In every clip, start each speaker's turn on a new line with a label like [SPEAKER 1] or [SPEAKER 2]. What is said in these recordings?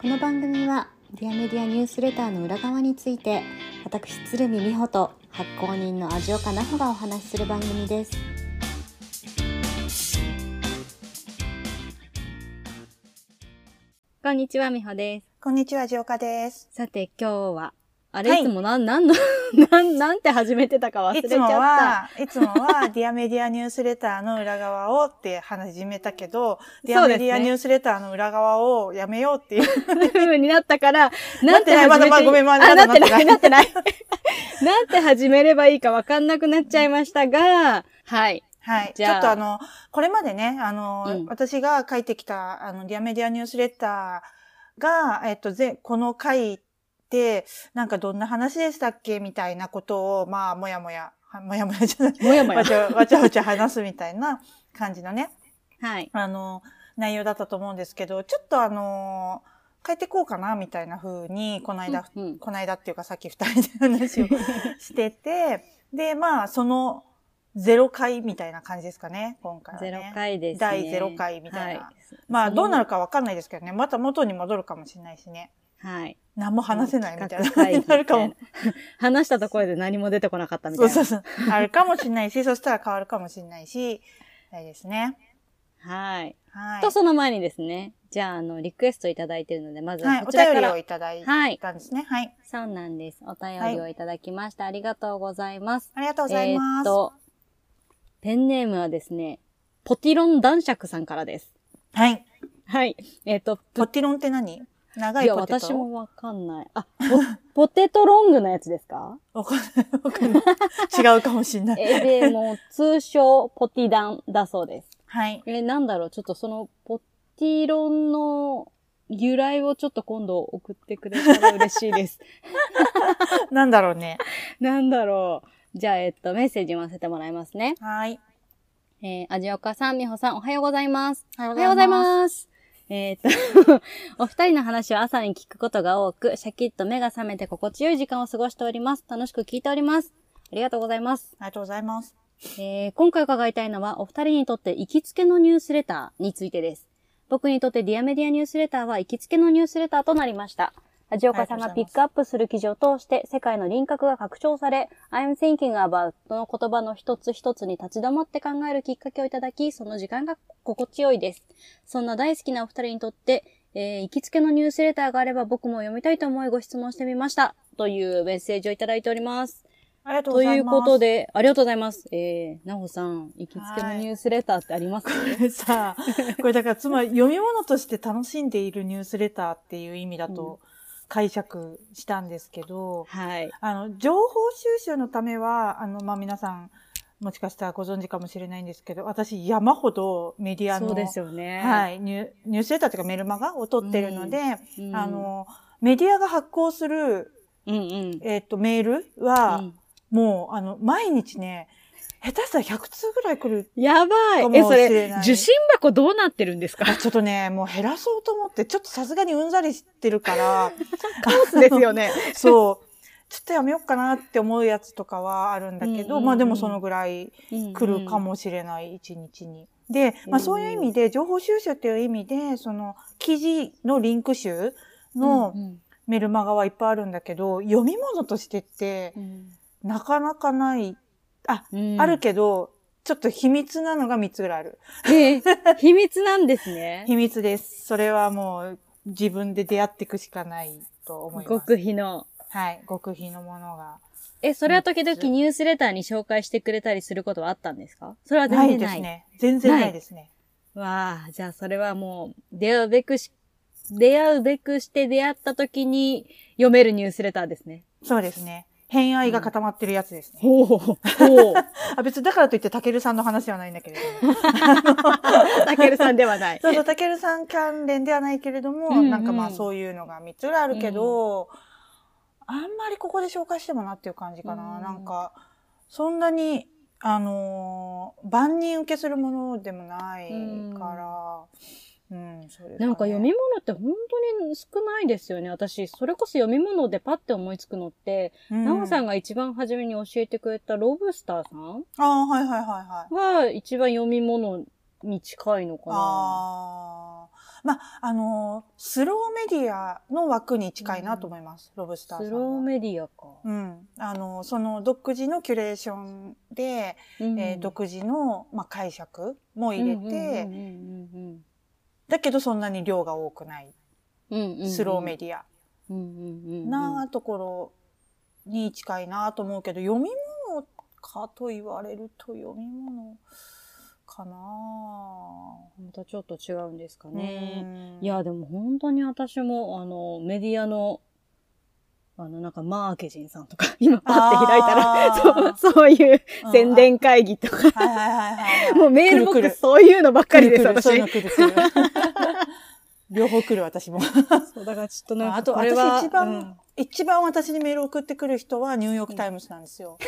[SPEAKER 1] この番組はディアメディアニュースレターの裏側について私鶴見美穂と発行人の味岡奈穂がお話しする番組ですこんにちは美穂です
[SPEAKER 2] こんにちは、ジオカです。
[SPEAKER 1] さて今日はあれ、
[SPEAKER 2] はい
[SPEAKER 1] い、つもなんなんの なんなんて始めてたか忘れ
[SPEAKER 2] い
[SPEAKER 1] ち
[SPEAKER 2] つ
[SPEAKER 1] ゃ
[SPEAKER 2] も
[SPEAKER 1] った
[SPEAKER 2] は、いつも は、ディアメディアニュースレターの裏側をって話始めたけど、ディ
[SPEAKER 1] そ
[SPEAKER 2] ア
[SPEAKER 1] うで
[SPEAKER 2] メ
[SPEAKER 1] すね
[SPEAKER 2] ディアニュースレターの裏側をやめようって いう。
[SPEAKER 1] という風になった から
[SPEAKER 2] なってな
[SPEAKER 1] 始め
[SPEAKER 2] いまだまだごめんまだ
[SPEAKER 1] あ
[SPEAKER 2] まだ
[SPEAKER 1] なってないな
[SPEAKER 2] な
[SPEAKER 1] ってない なんて始めればいいかわかんなくなっちゃいましたがはい
[SPEAKER 2] はい。
[SPEAKER 1] じ
[SPEAKER 2] ち
[SPEAKER 1] ゃ
[SPEAKER 2] ょ
[SPEAKER 1] あ
[SPEAKER 2] っとあの、これまでね、あの、
[SPEAKER 1] うん
[SPEAKER 2] 私が書いてきた、あの、ディアメディアニュースレターが、えっと、ぜ、この回で、なんかどんな話でしたっけみたいなことを、まあ、もやもや、はもやもやじゃない。
[SPEAKER 1] もやもや
[SPEAKER 2] わちゃわちゃわちゃ話すみたいな感じのね。
[SPEAKER 1] はい。
[SPEAKER 2] あの、内容だったと思うんですけど、ちょっとあの、変えてこうかな、みたいな風に、この間、
[SPEAKER 1] うんうん
[SPEAKER 2] この間っていうかさっき二人で話をし てて、で、まあ、その、ゼロ回みたいな感じですかね、今回は、ね。
[SPEAKER 1] ゼロ回ですね。
[SPEAKER 2] 第ゼロ回みたいな
[SPEAKER 1] は
[SPEAKER 2] まあ、
[SPEAKER 1] その
[SPEAKER 2] どうなるかわかんないですけどね、また元に戻るかもしれないしね。
[SPEAKER 1] い。はい。
[SPEAKER 2] 何も話せないみたいな
[SPEAKER 1] 企画
[SPEAKER 2] 感
[SPEAKER 1] 会議
[SPEAKER 2] じ
[SPEAKER 1] み
[SPEAKER 2] に
[SPEAKER 1] た
[SPEAKER 2] ないるか も。。
[SPEAKER 1] 話したところで何も出てこなかったみたい
[SPEAKER 2] そう
[SPEAKER 1] な。
[SPEAKER 2] そうそう。あるかもしれないし、そしたら変わるかもしれないし、ないですね。
[SPEAKER 1] はい。
[SPEAKER 2] はい。
[SPEAKER 1] と、その前にですね、じゃあ、あの、リクエストいただいてるので、まず
[SPEAKER 2] はい、
[SPEAKER 1] はこ
[SPEAKER 2] お
[SPEAKER 1] ちらか
[SPEAKER 2] 便り
[SPEAKER 1] ら。
[SPEAKER 2] をいただい
[SPEAKER 1] はい。
[SPEAKER 2] たんですね。はい。
[SPEAKER 1] そうなんです。お便りをいただきました。ありがとうございます。
[SPEAKER 2] ありがとうございます。
[SPEAKER 1] えーっと、ペンネームはですね、ポティロン男爵さんからです。
[SPEAKER 2] はい。
[SPEAKER 1] はい。えーっと、
[SPEAKER 2] ポティロンって何長
[SPEAKER 1] い
[SPEAKER 2] い
[SPEAKER 1] や、
[SPEAKER 2] ポテト。
[SPEAKER 1] 私もわかんない。あ、 ポポテトロングのやつですか
[SPEAKER 2] わかんない。わかんない。違うかもしれない。
[SPEAKER 1] え、でも、通称、ポティダンだそうです。
[SPEAKER 2] はい。
[SPEAKER 1] え、なんだろう、ちょっとその、ポティロンの由来をちょっと今度送ってくれたら嬉しい です。
[SPEAKER 2] なんだろうね。
[SPEAKER 1] なんだろう。じゃあ、えっと、メッセージ読ませてもらいますね。
[SPEAKER 2] はい。
[SPEAKER 1] えー、味岡さん、美穂さん、おはようございます。
[SPEAKER 2] おはよ
[SPEAKER 1] おはようござい
[SPEAKER 2] す。
[SPEAKER 1] ます。えーっと、 お二人の話は朝に聞くことが多く、シャキッと目が覚めて心地よい時間を過ごしております。楽しく聞いております。ありがとうございます。
[SPEAKER 2] ありがとうございます。
[SPEAKER 1] えー今回伺いたいのは、お二人にとって行きつけのニュースレターについてです。僕にとってディアメディアニュースレターは行きつけのニュースレターとなりました。味岡さんがピ
[SPEAKER 2] ありがとうございます
[SPEAKER 1] ックアップする記事を通して、世界の輪郭が拡張され、I'm thinking about の言葉の一つ一つに立ち止まって考えるきっかけをいただき、その時間が心地よいです。そんな大好きなお二人にとって、えー行きつけのニュースレターがあれば僕も読みたいと思いご質問してみました。というメッセージをいただいております。
[SPEAKER 2] ありがとうご
[SPEAKER 1] と
[SPEAKER 2] ざ
[SPEAKER 1] い
[SPEAKER 2] いうます。
[SPEAKER 1] ことで、ありがとうございます。えー、なほさん、行きつけのニュースレターってありますか、
[SPEAKER 2] これさ、これだから、つまり読み物として楽しんでいるニュースレターっていう意味だと解釈したんですけど、
[SPEAKER 1] はい。
[SPEAKER 2] あの、情報収集のためは、あの、まあ、皆さん、もしかしたらご存知かもしれないんですけど、私山ほどメディアの
[SPEAKER 1] そうですよね。。
[SPEAKER 2] はいい、ニュニュースレターというかメルマガを取ってるので、
[SPEAKER 1] うん
[SPEAKER 2] あ、の、メディアが発行する、
[SPEAKER 1] うんうん。
[SPEAKER 2] えっ、と、メールは、もう、あの、毎日ね、下手したら100通ぐらい来る。
[SPEAKER 1] うんやばい。
[SPEAKER 2] か
[SPEAKER 1] え、そ
[SPEAKER 2] もしれ
[SPEAKER 1] れ
[SPEAKER 2] な、い
[SPEAKER 1] 受信箱どうなってるんですか
[SPEAKER 2] あちょっとね、もう減らそうと思って、ちょっとさすがにうんざりして るから、
[SPEAKER 1] カオスですよね。
[SPEAKER 2] そう、ちょっとやめようかなって思うやつとかはあるんだけ
[SPEAKER 1] うんうん
[SPEAKER 2] ど、
[SPEAKER 1] うん
[SPEAKER 2] まあでもそのぐらい来るか
[SPEAKER 1] も。
[SPEAKER 2] もしれない、一日に。で、ま
[SPEAKER 1] う
[SPEAKER 2] あ
[SPEAKER 1] ん
[SPEAKER 2] そういう意味で、情報収集っていう意味で、その、記事のリンク集の
[SPEAKER 1] うんうん
[SPEAKER 2] メルマガはいっぱいあるんだけど、読み物としてって、なかなかない。
[SPEAKER 1] うん
[SPEAKER 2] あるけど、ちょっと秘密なのが3つぐらいある。
[SPEAKER 1] えー秘密なんですね。
[SPEAKER 2] 秘密です。それはもう、自分で出会っていくしかないと思います。
[SPEAKER 1] 極秘の。
[SPEAKER 2] はい。極秘のものが。
[SPEAKER 1] え、それは時々ニュースレターに紹介してくれたりすることはあったんですかそれは
[SPEAKER 2] な
[SPEAKER 1] 全然
[SPEAKER 2] いで
[SPEAKER 1] ない。
[SPEAKER 2] すね。全然ないですね。
[SPEAKER 1] わあ、じゃあそれはもう、出会うべくし、出会うべくして出会った時に読めるニュースレターですね。
[SPEAKER 2] そうですね。偏愛が固まってるやつですね。
[SPEAKER 1] ほうほうほう。
[SPEAKER 2] あ、別にだからといって、たけるさんの話ではないんだけれども。
[SPEAKER 1] たけるさんではない。
[SPEAKER 2] そうそう、たけるさん関連ではないけれども、
[SPEAKER 1] うんうん
[SPEAKER 2] なんかまあそういうのが3つぐらいあるけど、あんまりここで紹介してもなっていう感じかな。
[SPEAKER 1] うん
[SPEAKER 2] なんか、そんなに、あのー万人受けするものでもないから、うん、そうです
[SPEAKER 1] な
[SPEAKER 2] ね
[SPEAKER 1] んか読み物って本当に少ないですよね。私、それこそ読み物でパッて思いつくのって、
[SPEAKER 2] うん
[SPEAKER 1] なおさんが一番初めに教えてくれたロブスターさん
[SPEAKER 2] ああ、はいはいはいはい。
[SPEAKER 1] は一番読み物に近いのかな。
[SPEAKER 2] ああ。まあ、あのースローメディアの枠に近いなと思います、ロブスターさんは。
[SPEAKER 1] スローメディアか。
[SPEAKER 2] うん。あの、その独自のキュレーションで、えー
[SPEAKER 1] うん
[SPEAKER 2] 独自の、まあ、解釈も入れて、
[SPEAKER 1] うんうんうん
[SPEAKER 2] だけどそんなに量が多くない、
[SPEAKER 1] うんうんうん
[SPEAKER 2] スローメディア
[SPEAKER 1] うんうんうんうん
[SPEAKER 2] なところに近いなと思うけど、読み物かと言われると読み物かな
[SPEAKER 1] またちょっと違うんですか
[SPEAKER 2] ぁ
[SPEAKER 1] ね。
[SPEAKER 2] うん
[SPEAKER 1] いや、でも本当に私も、あの、メディアの、あの、なんか、マーケジンさんとか、 今パッて開いたら
[SPEAKER 2] あ ー、
[SPEAKER 1] そう、そういう
[SPEAKER 2] うん
[SPEAKER 1] 宣伝会議とか、
[SPEAKER 2] はいはいはいはい。
[SPEAKER 1] もうメールボッ
[SPEAKER 2] 来る
[SPEAKER 1] ク
[SPEAKER 2] 来る
[SPEAKER 1] スそういうのばっかりです、
[SPEAKER 2] 来る来
[SPEAKER 1] 私。
[SPEAKER 2] るそういうの来る 来る両方来る私も。
[SPEAKER 1] そう、だからちょっとなん
[SPEAKER 2] あ
[SPEAKER 1] か、
[SPEAKER 2] あと
[SPEAKER 1] これは
[SPEAKER 2] 私一番、一番私にメール送ってくる人はニューヨークタイムズなんです
[SPEAKER 1] う
[SPEAKER 2] よ。
[SPEAKER 1] ん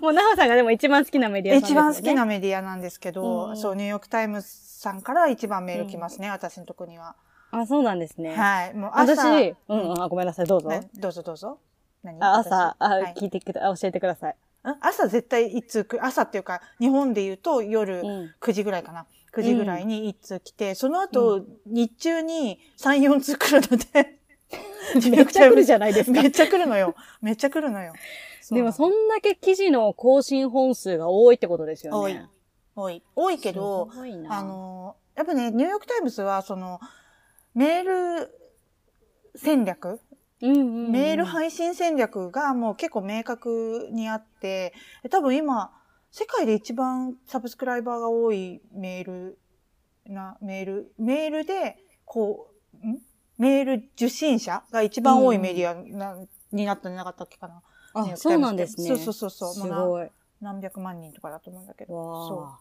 [SPEAKER 1] もう、奈穂さんがでも一番好きなメディアさんです
[SPEAKER 2] 一
[SPEAKER 1] よね。
[SPEAKER 2] 番好きなメディアなんですけど、
[SPEAKER 1] うん
[SPEAKER 2] そう、ニューヨークタイムズさんから一番メール来ますね、私のとこには。
[SPEAKER 1] あ、そうなんですね。
[SPEAKER 2] はい。もう朝、
[SPEAKER 1] 私、うん、あごめんなさい、どうぞ。
[SPEAKER 2] ねどうぞどうぞ。何
[SPEAKER 1] あ朝、あ、
[SPEAKER 2] はい
[SPEAKER 1] 聞いてくだ、あ教えてください。
[SPEAKER 2] ん朝絶対一通来る。朝っていうか、日本で言うと夜
[SPEAKER 1] うん。
[SPEAKER 2] 9時ぐらいかな。9時ぐらいに一通来て、その後、日中に3、4通来るので、
[SPEAKER 1] めっちゃ来るじゃないですか。
[SPEAKER 2] めっちゃ来るのよ。めっちゃ来るのよ。う
[SPEAKER 1] でも、そんだけ記事の更新本数が多いってことですよね。
[SPEAKER 2] 多い。多い。多いけど、
[SPEAKER 1] すごいな
[SPEAKER 2] あ、の、やっぱね、ニューヨークタイムズは、その、メール戦略、
[SPEAKER 1] うんうんうん
[SPEAKER 2] メール配信戦略がもう結構明確にあって、多分今、世界で一番サブスクライバーが多いメールな、メール、メールで、こう、んメール受信者が一番多いメディアな、になったんじゃなかったっけかな。ニ
[SPEAKER 1] あ、
[SPEAKER 2] ューヨークタ
[SPEAKER 1] そう
[SPEAKER 2] イムズって
[SPEAKER 1] なんですね。
[SPEAKER 2] そうそうそうそう。
[SPEAKER 1] す
[SPEAKER 2] もうな
[SPEAKER 1] ごい。
[SPEAKER 2] 何百万人とかだと思うんだけど。
[SPEAKER 1] わあ。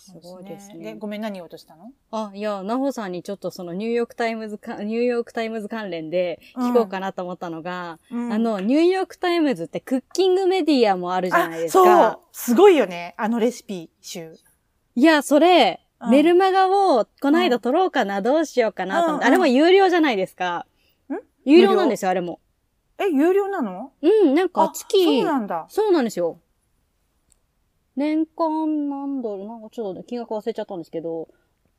[SPEAKER 1] す
[SPEAKER 2] そう
[SPEAKER 1] ごいです
[SPEAKER 2] で
[SPEAKER 1] ね。
[SPEAKER 2] ごめん、何言おうとしたの
[SPEAKER 1] あ、いや、なほさんにちょっとそのニューヨークタイムズか、ニューヨークタイムズ関連で聞こうかなと思ったのが、
[SPEAKER 2] うん
[SPEAKER 1] あの、ニューヨークタイムズってクッキングメディアもあるじゃないです
[SPEAKER 2] あそう
[SPEAKER 1] か。
[SPEAKER 2] すごいよね。あのレシピ集。
[SPEAKER 1] いや、それ、
[SPEAKER 2] うん
[SPEAKER 1] メルマガをこの間取ろうかな、どうしようかなと思って、
[SPEAKER 2] うん
[SPEAKER 1] あれも有料じゃないですか。
[SPEAKER 2] ん
[SPEAKER 1] 有料なんですよ、あれも。
[SPEAKER 2] え、有料なの
[SPEAKER 1] うん、なんか月、
[SPEAKER 2] そうなんだ。
[SPEAKER 1] そうなんですよ。年間なんだろう、なんかちょっと金額忘れちゃったんですけど、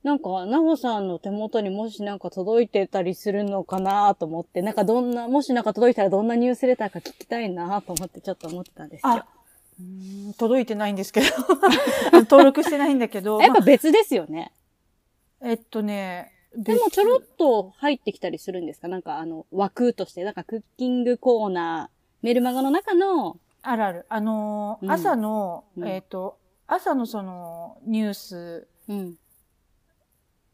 [SPEAKER 1] なんか、なほさんの手元にもしなんか届いてたりするのかなと思って、なんかどんな、もしなんか届いたらどんなニュースレターか聞きたいなと思ってちょっと思ってたんですよ
[SPEAKER 2] あ。、うーん届いてないんですけど。 登録してないんだけ ど。
[SPEAKER 1] やっぱ
[SPEAKER 2] ま
[SPEAKER 1] 別ですよね。
[SPEAKER 2] あえっとね、
[SPEAKER 1] でもちょろっ
[SPEAKER 2] 別
[SPEAKER 1] と入ってきたりするんですかなんかあの、枠として、なんかクッキングコーナー、メルマガの中の、
[SPEAKER 2] あるある。あのー
[SPEAKER 1] うん
[SPEAKER 2] 朝の、
[SPEAKER 1] うん
[SPEAKER 2] えっと、朝のその、ニュース、
[SPEAKER 1] うん。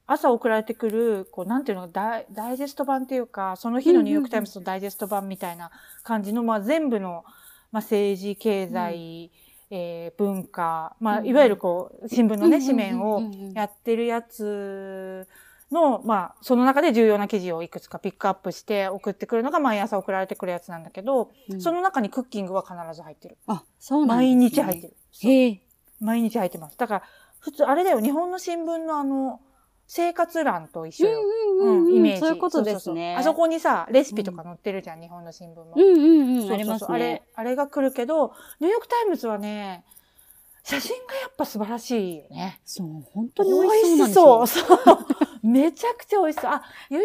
[SPEAKER 2] 朝送られてくる、こう、なんていうのダイ、ダイジェスト版っていうか、その日のニューヨークタイムズのダイジェスト版みたいな感じの、まあ全部の、まあ政治、経済、えー文化、
[SPEAKER 1] う
[SPEAKER 2] まあ
[SPEAKER 1] ん
[SPEAKER 2] いわゆるこう、新聞のね、紙面
[SPEAKER 1] うん
[SPEAKER 2] を
[SPEAKER 1] うんうんうん
[SPEAKER 2] やってるやつの、まあその中で重要な記事をいくつかピックアップして送ってくるのが毎朝送られてくるやつなんだけど、
[SPEAKER 1] うん
[SPEAKER 2] その中にクッキングは必ず入ってる。
[SPEAKER 1] あ、そうなん
[SPEAKER 2] 毎日入って
[SPEAKER 1] る。
[SPEAKER 2] る。そう
[SPEAKER 1] へえ。
[SPEAKER 2] 毎日入ってます。だから、普通、あれだよ、日本の新聞のあの、生活欄と一緒よ。
[SPEAKER 1] うんうんうん、
[SPEAKER 2] イメージ。
[SPEAKER 1] そういうことですね。
[SPEAKER 2] そうそうそうあそこにさ、レシピとか載ってるじゃん、日本の新聞も。
[SPEAKER 1] うんうんうん、
[SPEAKER 2] そうそうそう
[SPEAKER 1] あります
[SPEAKER 2] あ
[SPEAKER 1] ね
[SPEAKER 2] れ。、あれが来るけど、ニューヨークタイムズはね、写真がやっぱ素晴らしいよね。
[SPEAKER 1] そう、本当に美味しそうなんです
[SPEAKER 2] 美
[SPEAKER 1] よ
[SPEAKER 2] 味。しそう。そう。めちゃくちゃ美味しそう。あ、YouTube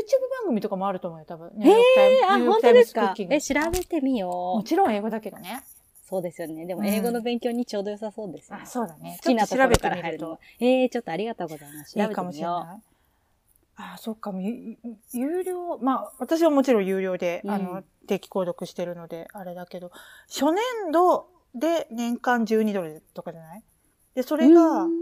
[SPEAKER 2] 番組とかもあると思うよ、多分。ニューヨークタイム
[SPEAKER 1] えあ、
[SPEAKER 2] ニューヨー
[SPEAKER 1] 本
[SPEAKER 2] ク
[SPEAKER 1] 当
[SPEAKER 2] タイム
[SPEAKER 1] で
[SPEAKER 2] ズ
[SPEAKER 1] す
[SPEAKER 2] クッ
[SPEAKER 1] か
[SPEAKER 2] キング
[SPEAKER 1] え、調べてみ
[SPEAKER 2] も
[SPEAKER 1] よう。
[SPEAKER 2] ちろん英語だけどね。
[SPEAKER 1] そうですよね。で
[SPEAKER 2] う
[SPEAKER 1] も
[SPEAKER 2] ん
[SPEAKER 1] 英語の勉強にちょうど良さそうですよね。
[SPEAKER 2] あ、そうだね。
[SPEAKER 1] 好きなと
[SPEAKER 2] ち
[SPEAKER 1] こ
[SPEAKER 2] ょっ
[SPEAKER 1] ろ
[SPEAKER 2] と
[SPEAKER 1] から入るのは。えー、ちょっとありがとうございます。調
[SPEAKER 2] い
[SPEAKER 1] べてみよう
[SPEAKER 2] いかもしれない。ああ、そっか、ゆゆ有料、まあ、私はもちろん有料で、
[SPEAKER 1] うん
[SPEAKER 2] あの、定期購読してるので、あれだけど、初年度で年間12ドルとかじゃないで、それが
[SPEAKER 1] う、ん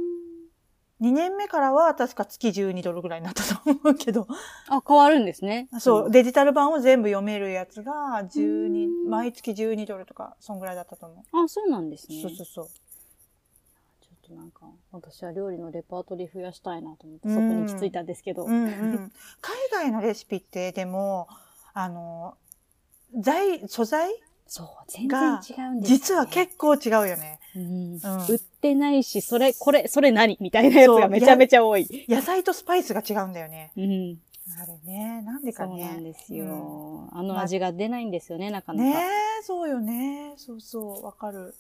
[SPEAKER 2] 2年目からは確か月12ドルぐらいになったと思うけど、
[SPEAKER 1] あ、変わるんですね。
[SPEAKER 2] そう、
[SPEAKER 1] ん。
[SPEAKER 2] デジタル版を全部読めるやつが、
[SPEAKER 1] う
[SPEAKER 2] 12、
[SPEAKER 1] ん
[SPEAKER 2] 毎月12ドルとか、そんぐらいだったと思
[SPEAKER 1] あ、そうなんです
[SPEAKER 2] う。
[SPEAKER 1] ね。
[SPEAKER 2] そうそうそう。
[SPEAKER 1] ちょっとなんか、私は料理のレパートリー増やしたいなと思って、そこに行き着いたんですけど。
[SPEAKER 2] うん うん、海外のレシピって、でも、あの、材、素材
[SPEAKER 1] そう、全然違うんですよね、
[SPEAKER 2] 実は結構違うよね。
[SPEAKER 1] うん
[SPEAKER 2] うん
[SPEAKER 1] 売ってないし、それ、これ、それ何みたいなやつがめちゃめちゃ多い。
[SPEAKER 2] 野菜とスパイスが違うんだよね。
[SPEAKER 1] うん。
[SPEAKER 2] あれね、なんで
[SPEAKER 1] そ
[SPEAKER 2] か
[SPEAKER 1] う
[SPEAKER 2] ね。
[SPEAKER 1] なんですよ。あの味が出ないんですよね、なか
[SPEAKER 2] う。
[SPEAKER 1] なんか。
[SPEAKER 2] ねえ、そうよね。そうそう、わかる。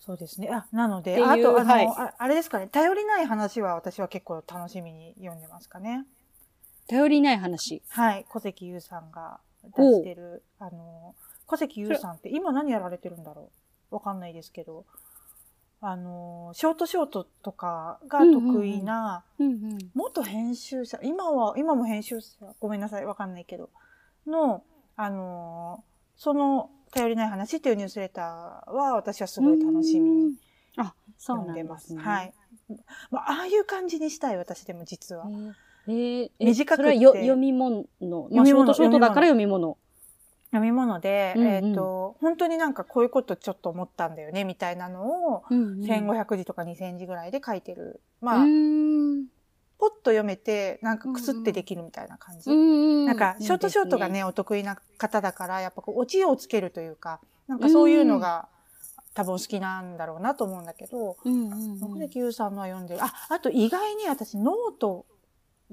[SPEAKER 2] そうですね。あ、なの
[SPEAKER 1] って
[SPEAKER 2] で、
[SPEAKER 1] いう
[SPEAKER 2] あと、あの、
[SPEAKER 1] はい
[SPEAKER 2] ああれですかね、頼りない話は私は結構楽しみに読んでますかね。
[SPEAKER 1] 頼りない話。
[SPEAKER 2] はい、小関優さんが出してる、あの、小関優さんって今何やられてるんだろうわかんないですけど、あの、ショートショートとかが得意な、
[SPEAKER 1] うんうん。
[SPEAKER 2] 元編集者、今は、今も編集者、ごめんなさい、わかんないけど、の、あの、その、頼りない話っていうニュースレターは私はすごい楽しみに。
[SPEAKER 1] あ、そうな
[SPEAKER 2] 読
[SPEAKER 1] んん
[SPEAKER 2] で
[SPEAKER 1] で
[SPEAKER 2] ます
[SPEAKER 1] すね。
[SPEAKER 2] はい。まあ、ああいう感じにしたい、私でも実は。
[SPEAKER 1] えー。えー、
[SPEAKER 2] 短
[SPEAKER 1] そ
[SPEAKER 2] く
[SPEAKER 1] れは
[SPEAKER 2] って
[SPEAKER 1] よ読み物の、まあ、シ
[SPEAKER 2] 読み
[SPEAKER 1] ョー
[SPEAKER 2] 物
[SPEAKER 1] トショートだから読み物。
[SPEAKER 2] 飲み物で、
[SPEAKER 1] うんうん
[SPEAKER 2] えっ、と、本当になんかこういうことちょっと思ったんだよね、みたいなのを、
[SPEAKER 1] うんうん
[SPEAKER 2] 1500字とか2000字ぐらいで書いてる。
[SPEAKER 1] う
[SPEAKER 2] まあ、
[SPEAKER 1] ん。
[SPEAKER 2] ポッと読めて、なんかくすってできるみたいな感じ。
[SPEAKER 1] うん。
[SPEAKER 2] なんか、ショートショートが
[SPEAKER 1] いいで
[SPEAKER 2] ね、お得意な方だから、やっぱこう、オチをつけるというか、なんかそういうのが、多分お好きなんだろうなと思うんだけど、
[SPEAKER 1] すね。うんうんうん
[SPEAKER 2] 奥関優さんのは読んでる。あ、あと意外に私、ノート
[SPEAKER 1] お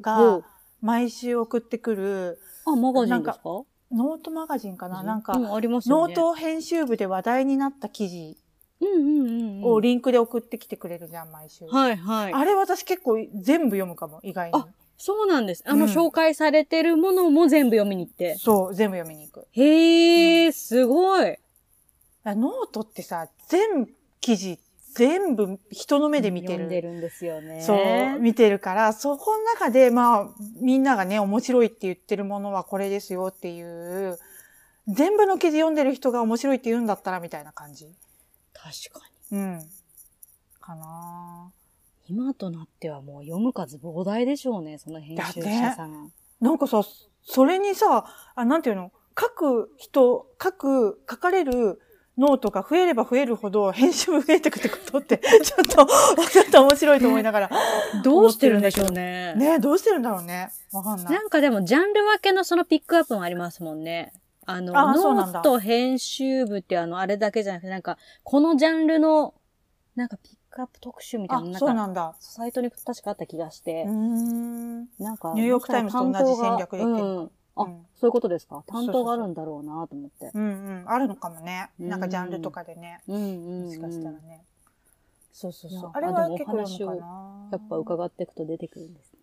[SPEAKER 2] が
[SPEAKER 1] う
[SPEAKER 2] 毎週送ってくる、
[SPEAKER 1] あ、マガジ
[SPEAKER 2] な
[SPEAKER 1] ン
[SPEAKER 2] ん
[SPEAKER 1] で
[SPEAKER 2] か
[SPEAKER 1] すか
[SPEAKER 2] ノートマガジンかな、なんか、
[SPEAKER 1] うん、ありますよ
[SPEAKER 2] ノ
[SPEAKER 1] ね
[SPEAKER 2] ート編集部で話題になった記事
[SPEAKER 1] うんうんうんうん。
[SPEAKER 2] をリンクで送ってきてくれるじゃん、毎週。
[SPEAKER 1] はいはい。
[SPEAKER 2] あれ私結構全部読むかも、意外に
[SPEAKER 1] あ。そうなんです。あの、
[SPEAKER 2] うん
[SPEAKER 1] 紹介されてるものも全部読みに行って。
[SPEAKER 2] そう、全部読みに行く。
[SPEAKER 1] へえ、すごい。
[SPEAKER 2] だからノートってさ、全記事、全部人の目で見て
[SPEAKER 1] 読
[SPEAKER 2] る。
[SPEAKER 1] んでるんですよね。
[SPEAKER 2] そう、見てるから、そこの中で、まあ、みんながね、面白いって言ってるものはこれですよっていう、全部の記事読んでる人が面白いって言うんだったらみたいな感じ。
[SPEAKER 1] 確かに。
[SPEAKER 2] うん。かなぁ
[SPEAKER 1] 今となってはもう読む数膨大でしょうね、その編集者さん。
[SPEAKER 2] なんかさ、それにさ、あ、なんていうの書く人、書く、書かれるノートが増えれば増えるほど編集も増えてくってことって、ちょっと、ちょっと面白いと思いながら。
[SPEAKER 1] どうしてるんでしょうね。
[SPEAKER 2] ねどうしてるんだろうね。わかんない。
[SPEAKER 1] なんかでも、ジャンル分けのそのピックアップもありますもんね。あの、
[SPEAKER 2] あーそう
[SPEAKER 1] ノ
[SPEAKER 2] なんだ
[SPEAKER 1] ート編集部ってあの、あれだけじゃなくて、なんか、このジャンルの、なんかピックアップ特集みたい
[SPEAKER 2] あ
[SPEAKER 1] な、、なん
[SPEAKER 2] そう
[SPEAKER 1] か、
[SPEAKER 2] なんだ。
[SPEAKER 1] サイトに確かあった気がして。
[SPEAKER 2] うーん。
[SPEAKER 1] なんか、
[SPEAKER 2] ニューヨークタイムズと同じ戦略で言ってる
[SPEAKER 1] うんあ、
[SPEAKER 2] うん
[SPEAKER 1] そういうことですか。
[SPEAKER 2] そうそう
[SPEAKER 1] 担当があるんだろうなと思って。
[SPEAKER 2] うんうん。あるのかもね。
[SPEAKER 1] うん
[SPEAKER 2] なんかジャンルとかでね。
[SPEAKER 1] うんうん、うん。
[SPEAKER 2] もしかしたらね。そうそう
[SPEAKER 1] い
[SPEAKER 2] そ
[SPEAKER 1] や
[SPEAKER 2] う。あれ
[SPEAKER 1] あ
[SPEAKER 2] は
[SPEAKER 1] でも
[SPEAKER 2] 結構読む
[SPEAKER 1] お
[SPEAKER 2] かな。
[SPEAKER 1] やっぱ伺っていくと出てくるんですね。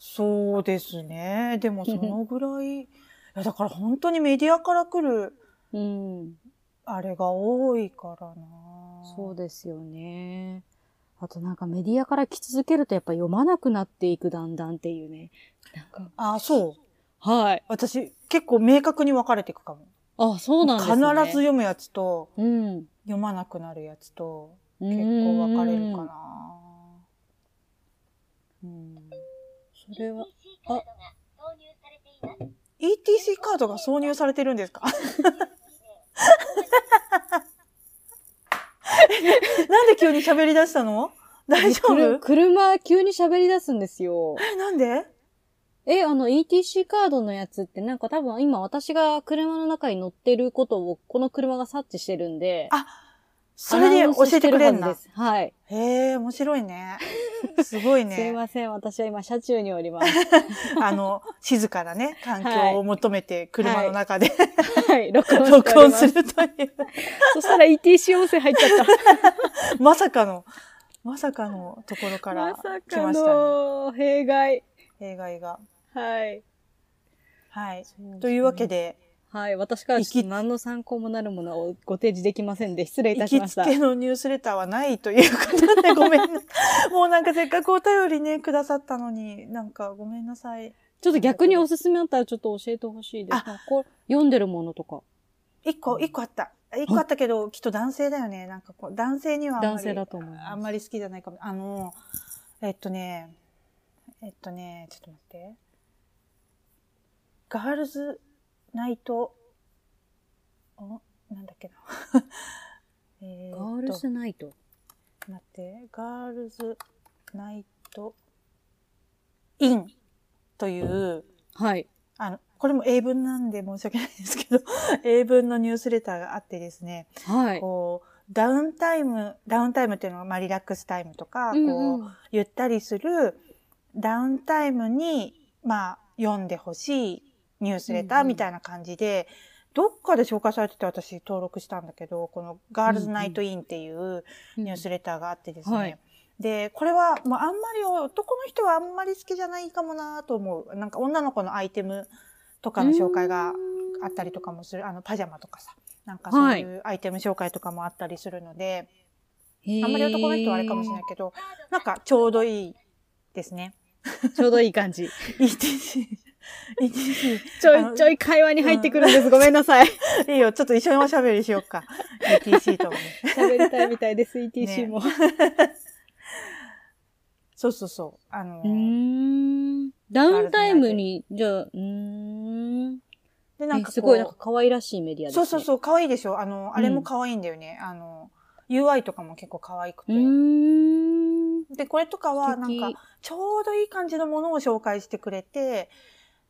[SPEAKER 2] そうですね。でもそのぐら い。いや、だから本当にメディアから来る
[SPEAKER 1] うん。
[SPEAKER 2] あれが多いからな。
[SPEAKER 1] そうですよね。あとなんかメディアから来続けるとやっぱ読まなくなっていくだんだんっていうね。なんか、
[SPEAKER 2] あ、そう。
[SPEAKER 1] はい。
[SPEAKER 2] 私、結構明確に分かれていくかも。
[SPEAKER 1] あ、そうなんです
[SPEAKER 2] 必ず
[SPEAKER 1] ね。ず。
[SPEAKER 2] 読むやつと、
[SPEAKER 1] うん。
[SPEAKER 2] 読まなくなるやつと、
[SPEAKER 1] 結
[SPEAKER 2] 結構分かれるか。な。うん。
[SPEAKER 1] それは、
[SPEAKER 2] ETC カードが挿入されてるんですかなんで急に喋り出したの大丈
[SPEAKER 1] くる
[SPEAKER 2] 夫
[SPEAKER 1] 車急に喋り出すんですよ。
[SPEAKER 2] え、なんで
[SPEAKER 1] え、あの ETC カードのやつってなんか多分今私が車の中に乗ってることをこの車が察知してるんで。
[SPEAKER 2] あそれで教えてくれん
[SPEAKER 1] アナウ
[SPEAKER 2] な
[SPEAKER 1] ンス。してるはずですはい。
[SPEAKER 2] へえ、面白いね。すご
[SPEAKER 1] す
[SPEAKER 2] い
[SPEAKER 1] い
[SPEAKER 2] ね。
[SPEAKER 1] ません。私は今車中におります。
[SPEAKER 2] あの、静かなね、環境を求めて車の中で、
[SPEAKER 1] はい。録音して
[SPEAKER 2] 録
[SPEAKER 1] おり
[SPEAKER 2] 音
[SPEAKER 1] ますす。
[SPEAKER 2] るという、
[SPEAKER 1] そしたら ETC 音声入っちゃっ
[SPEAKER 2] まさかの、まさかのところか
[SPEAKER 1] た。
[SPEAKER 2] ら
[SPEAKER 1] ま
[SPEAKER 2] 来
[SPEAKER 1] さ
[SPEAKER 2] ま
[SPEAKER 1] か
[SPEAKER 2] したね。
[SPEAKER 1] の弊害。
[SPEAKER 2] 弊害が。
[SPEAKER 1] はい。
[SPEAKER 2] はい。というわけ。で、
[SPEAKER 1] はい。私からはちょっと何の参考もなるものをご提示できませんで失礼い
[SPEAKER 2] 行
[SPEAKER 1] たし
[SPEAKER 2] き
[SPEAKER 1] まし
[SPEAKER 2] つ
[SPEAKER 1] た。
[SPEAKER 2] けのニュースレターはないということで、ごめんな。 もうなんかせっかくお便りね、くださったのに、なんかごめんなさい。
[SPEAKER 1] ちょっと逆におすすめあったらちょっと教えてほしいです。こう読んでるものとか。
[SPEAKER 2] 一個、一個あった。一個あったけど、きっと男性だよね。なんかこう、男性にはあんまり
[SPEAKER 1] 男性だと思います
[SPEAKER 2] あんまり好きじゃないかも。あの、えっとね、えっとね、ちょっと待って。ガールズナイト、お、なんだっけな。 え
[SPEAKER 1] ガ
[SPEAKER 2] ー
[SPEAKER 1] ー
[SPEAKER 2] っ
[SPEAKER 1] ル
[SPEAKER 2] と
[SPEAKER 1] ズナイト。
[SPEAKER 2] 待って、ガールズナイトインという、
[SPEAKER 1] はい。
[SPEAKER 2] あの、これも英文なんで申し訳ないですけど、 英文のニュースレターがあってですね、
[SPEAKER 1] はい。
[SPEAKER 2] こう、ダウンタイム、ダウンタイムっていうのは、まあ、リラックスタイムとか、こう、
[SPEAKER 1] うんうん
[SPEAKER 2] ゆったりするダウンタイムに、まあ、読んでほしいニュースレタ
[SPEAKER 1] うん
[SPEAKER 2] ー
[SPEAKER 1] うん
[SPEAKER 2] みたいな感じで、どっかで紹介されてて私登録したんだけど、このガールズナイトインっていうニュースレターがあってですね。
[SPEAKER 1] うんはい
[SPEAKER 2] で、これは、まあ、あんまり男の人はあんまり好きじゃないかもなと思う。なんか女の子のアイテムとかの紹介があったりとかもする。あの、パジャマとかさ。なんかそういうアイテム紹介とかもあったりするので、あんまり男の人はあれかもしれないけど、なんかちょうどいいですね。
[SPEAKER 1] い。ちょうどいい感じ。
[SPEAKER 2] ETC。ETC。
[SPEAKER 1] ちょ
[SPEAKER 2] あの
[SPEAKER 1] いちょい会話に入ってくるんです。ごめんな さい。
[SPEAKER 2] いいよ、ちょっと一緒におしゃべりしようか。ETC ともね。
[SPEAKER 1] 喋りたいみたいです、ETC も。
[SPEAKER 2] そうそうそう。あの
[SPEAKER 1] う
[SPEAKER 2] ー、
[SPEAKER 1] ーんダウンタイムに、じゃあ、うーん。な
[SPEAKER 2] で、なんん
[SPEAKER 1] か
[SPEAKER 2] か
[SPEAKER 1] すごいなん
[SPEAKER 2] こ
[SPEAKER 1] か可愛らしいメディアで
[SPEAKER 2] う、
[SPEAKER 1] す
[SPEAKER 2] そ
[SPEAKER 1] ね。
[SPEAKER 2] うそう
[SPEAKER 1] う。
[SPEAKER 2] そう、可愛いでしょあの、あれも可愛いんだよね。あの、UI とかも結構可愛くて
[SPEAKER 1] う。ーん。
[SPEAKER 2] で、これとかは、なん
[SPEAKER 1] 素
[SPEAKER 2] か
[SPEAKER 1] 敵、
[SPEAKER 2] ちょうどいい感じのものを紹介してくれて、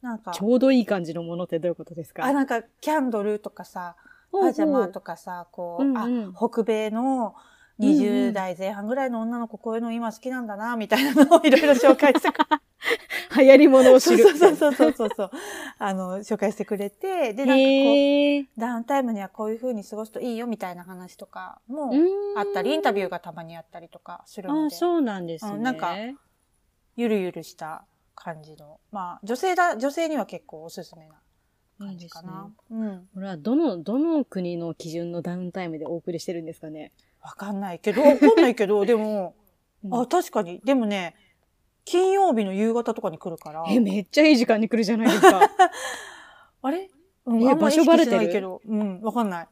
[SPEAKER 2] なんか
[SPEAKER 1] ち、ょうどいい感じのものってどういうことですか
[SPEAKER 2] あ、なんか、キャンドルとかさ、パジャマとかさ、こう、あ
[SPEAKER 1] うんうん、
[SPEAKER 2] 北米の
[SPEAKER 1] うんうん
[SPEAKER 2] 20代前半ぐらいの女の子、こういうの今好きなんだな、みたいなのをいろいろ紹介してくれて
[SPEAKER 1] 流行り物を
[SPEAKER 2] そ
[SPEAKER 1] 知
[SPEAKER 2] う
[SPEAKER 1] る。
[SPEAKER 2] そうそうそうそうそう。あの、紹介してくれて、で、なんかこ
[SPEAKER 1] へー
[SPEAKER 2] う、ダウンタイムにはこういう風に過ごすといいよみたいな話とか
[SPEAKER 1] うー
[SPEAKER 2] も
[SPEAKER 1] ん。
[SPEAKER 2] あったり、インタビュ
[SPEAKER 1] ュ
[SPEAKER 2] ーがたまにあったりとかする
[SPEAKER 1] あ
[SPEAKER 2] の
[SPEAKER 1] あ、
[SPEAKER 2] で、
[SPEAKER 1] そうなんですね。
[SPEAKER 2] うんなんかゆるゆるした感じの。まあ、女性だ、女性には結構おすすめない感
[SPEAKER 1] い
[SPEAKER 2] じ
[SPEAKER 1] です
[SPEAKER 2] か
[SPEAKER 1] ね。
[SPEAKER 2] な。うん。
[SPEAKER 1] これはどの、どの国の基準のダウンタイムでお送りしてるんですかね。
[SPEAKER 2] わかんないけど、わかんないけ ど、でも、
[SPEAKER 1] うん
[SPEAKER 2] あ、確かに。でもね、金曜日の夕方とかに来るから。
[SPEAKER 1] え、めっちゃいい時間に来るじゃないです か。
[SPEAKER 2] あれ
[SPEAKER 1] え
[SPEAKER 2] うん、あんまり
[SPEAKER 1] 場所
[SPEAKER 2] 意
[SPEAKER 1] バレ
[SPEAKER 2] 識してて
[SPEAKER 1] る
[SPEAKER 2] ないけど。うん、わかんない。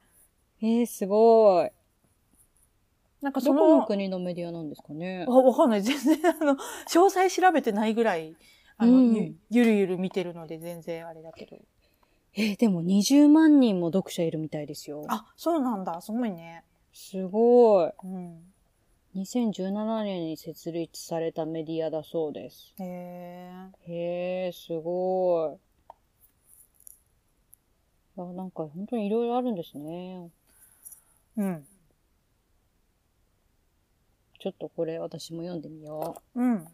[SPEAKER 1] えー、すごい。
[SPEAKER 2] なんかそ
[SPEAKER 1] どこの
[SPEAKER 2] の、
[SPEAKER 1] 国のメディアなんですかね。
[SPEAKER 2] わわかんない。全然、あの、詳細調べてないぐらい、あの、
[SPEAKER 1] うん
[SPEAKER 2] ゆゆるゆる見てるので全然あれだけど。
[SPEAKER 1] えー、でも20万人も読者いるみたいですよ。
[SPEAKER 2] あ、そうなんだ。すごいね。
[SPEAKER 1] すごい。
[SPEAKER 2] うん。
[SPEAKER 1] 2017年に設立されたメディアだそうです。
[SPEAKER 2] へえ。
[SPEAKER 1] へえ、すごい。あ、なんか本当にいろいろあるんですね。
[SPEAKER 2] うん。
[SPEAKER 1] ちょっとこれ私も読んでみよう。
[SPEAKER 2] うん。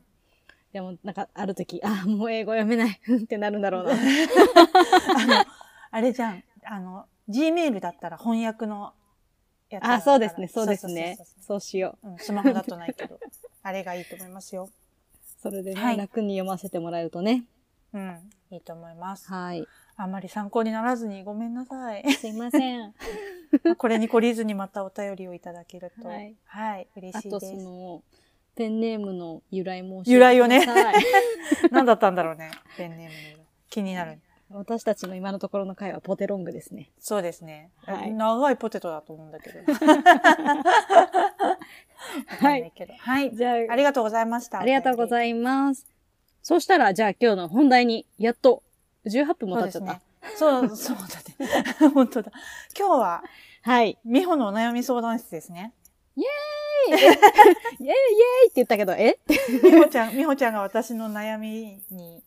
[SPEAKER 1] でもなんかある時、あ、もう英語読めない ってなるんだろうな。
[SPEAKER 2] あ の、あれじゃん。あの、Gmail だったら翻訳のやつが
[SPEAKER 1] あ、
[SPEAKER 2] る
[SPEAKER 1] そ
[SPEAKER 2] から
[SPEAKER 1] うですね、そうですね
[SPEAKER 2] そうそう。そう
[SPEAKER 1] そうしよう。
[SPEAKER 2] そううん、スマホだとな いけど、あれがいいと思いますよ。
[SPEAKER 1] それでね、
[SPEAKER 2] はい
[SPEAKER 1] 楽に読ませてもらえるとね。
[SPEAKER 2] うん、いいと思います。
[SPEAKER 1] はい。
[SPEAKER 2] あんまり参考にならずにごめんな さい。
[SPEAKER 1] すいません。
[SPEAKER 2] これに懲りずにまたお便りをいただけると、
[SPEAKER 1] は
[SPEAKER 2] はいい、嬉
[SPEAKER 1] あ
[SPEAKER 2] しいで
[SPEAKER 1] と
[SPEAKER 2] す
[SPEAKER 1] そ。の、ペンネームの由来も
[SPEAKER 2] 由来をね
[SPEAKER 1] 教えてください
[SPEAKER 2] 何だったんだろうね、ペンネームの色気になる。
[SPEAKER 1] 私たちの今のところの回はポテロングですね。
[SPEAKER 2] そうですね。
[SPEAKER 1] はい
[SPEAKER 2] 長いポテトだと思うんだ けど。
[SPEAKER 1] は
[SPEAKER 2] はいい。はい。
[SPEAKER 1] じゃあ、
[SPEAKER 2] ありがとうございました。
[SPEAKER 1] ありがとうご
[SPEAKER 2] い
[SPEAKER 1] ざいます。そしたら、じゃあ今日の本題に、やっと、18分も経っちゃった。
[SPEAKER 2] そうですね。そう、そうだね。 本当だ。今日は、
[SPEAKER 1] はい。
[SPEAKER 2] 美穂のお悩み相談室で すね。
[SPEAKER 1] イェーイイェーイって言ったけど、え
[SPEAKER 2] 美穂ちゃん、美穂ちゃんが私の悩みに、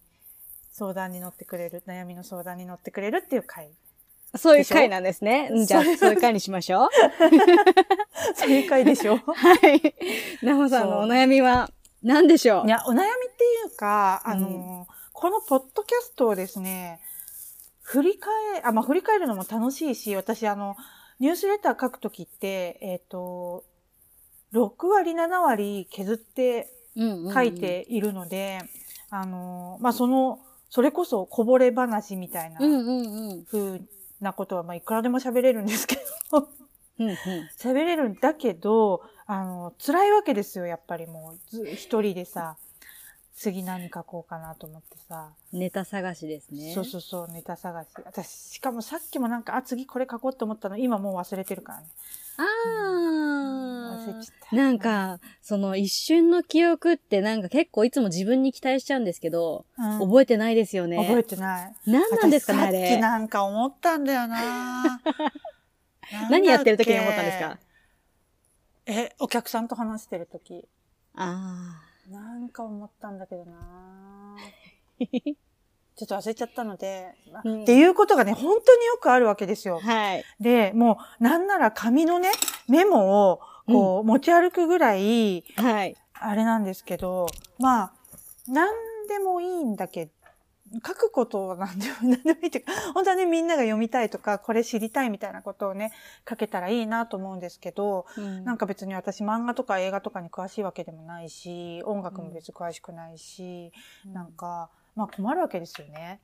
[SPEAKER 2] 相談に乗ってくれる、悩みの相談に乗ってくれるっていう回。
[SPEAKER 1] そういう回なんですね。うんじゃあ、そういう回にしましょう。
[SPEAKER 2] そう いう回でしょ
[SPEAKER 1] はい。なほさんのお悩みは、何でしょう
[SPEAKER 2] いや、お悩みっていうか、
[SPEAKER 1] うん
[SPEAKER 2] あの、このポッドキャストをですね、振り返、あ、まあ、振り返るのも楽しいし、私、あの、ニュースレター書くときって、えっ、と、6割、7割削って
[SPEAKER 1] うんうん
[SPEAKER 2] 書い。ているので、あの、まあ、その、それこそこぼれ話みたいな
[SPEAKER 1] うんうんうん。
[SPEAKER 2] ふうなことは、まあ、いくらでも喋れるんですけど、
[SPEAKER 1] うんうん。
[SPEAKER 2] 喋れるんだけど、あの、辛いわけですよ、やっぱりもう、ず一人でさ、次何書こうかなと思ってさ、
[SPEAKER 1] ネタ探しですね。
[SPEAKER 2] そうそうそう、ネタ探し。私、しかもさっきもなんか、あ、次これ書こうと思ったの、今もう忘れてるからね。
[SPEAKER 1] あー。
[SPEAKER 2] 忘れちゃった。
[SPEAKER 1] なん、か、その一瞬の記憶ってなんか結構いつも自分に期待しちゃうんですけど、
[SPEAKER 2] うん
[SPEAKER 1] 覚えてないですよね。
[SPEAKER 2] 覚えてない。
[SPEAKER 1] 何なんですかね、あ
[SPEAKER 2] 私さっき
[SPEAKER 1] れ。
[SPEAKER 2] なんか思ったんだよな
[SPEAKER 1] 何やってる時に思ったんです
[SPEAKER 2] なんだ
[SPEAKER 1] か
[SPEAKER 2] っけえ、お客さんと話してる時。
[SPEAKER 1] あ
[SPEAKER 2] なんか思ったんだけどな
[SPEAKER 1] ー
[SPEAKER 2] ちょっと忘れちゃったので、まあ
[SPEAKER 1] うん
[SPEAKER 2] っていうことがね、本当によくあるわけですよ。
[SPEAKER 1] はい。
[SPEAKER 2] で、もう、なんなら紙のね、メモを、こう、持ち歩くぐらい、
[SPEAKER 1] はい。
[SPEAKER 2] あれなんですけど、まあ、なんでもいいんだけ書くことは何でも、何でもいいっていうか、 本当はね、みんなが読みたいとか、これ知りたいみたいなことをね、書けたらいいなと思うんですけど、
[SPEAKER 1] うん
[SPEAKER 2] なんか別に私漫画とか映画とかに詳しいわけでもないし、音楽も別に詳しくないし、なんか、まあ困るわけですよね。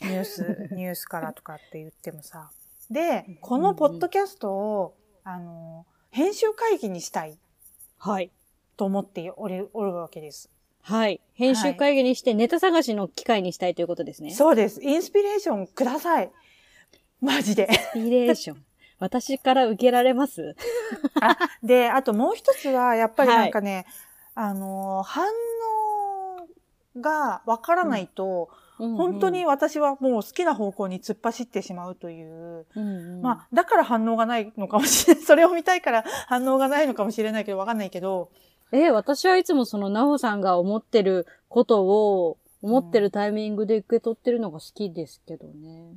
[SPEAKER 2] ニュ ース、ニュースからとかって言ってもさ。で
[SPEAKER 1] うん、
[SPEAKER 2] このポッドキャストを、あの、編集会議にしたい
[SPEAKER 1] はい。
[SPEAKER 2] と思っておるおるわけです。
[SPEAKER 1] はい。編集会議にしてネタ探しの機会にしたいということですね。
[SPEAKER 2] そうです。インスピレーションください。マジで。
[SPEAKER 1] インスピレーション。私から受けられます
[SPEAKER 2] で、あともう一つは、やっぱりなんかね、あの、反応がわからないと、本当に、私はもう好きな方向に突っ走ってしまうという、
[SPEAKER 1] うんうん
[SPEAKER 2] まあ、だから反応がないのかもしれない。 それを見たいから反応がないのかもしれないけど、わかんないけど、
[SPEAKER 1] え、私はいつもその、なほさんが思ってることを、思ってるタイミングで受け取ってるのが好きですけどね。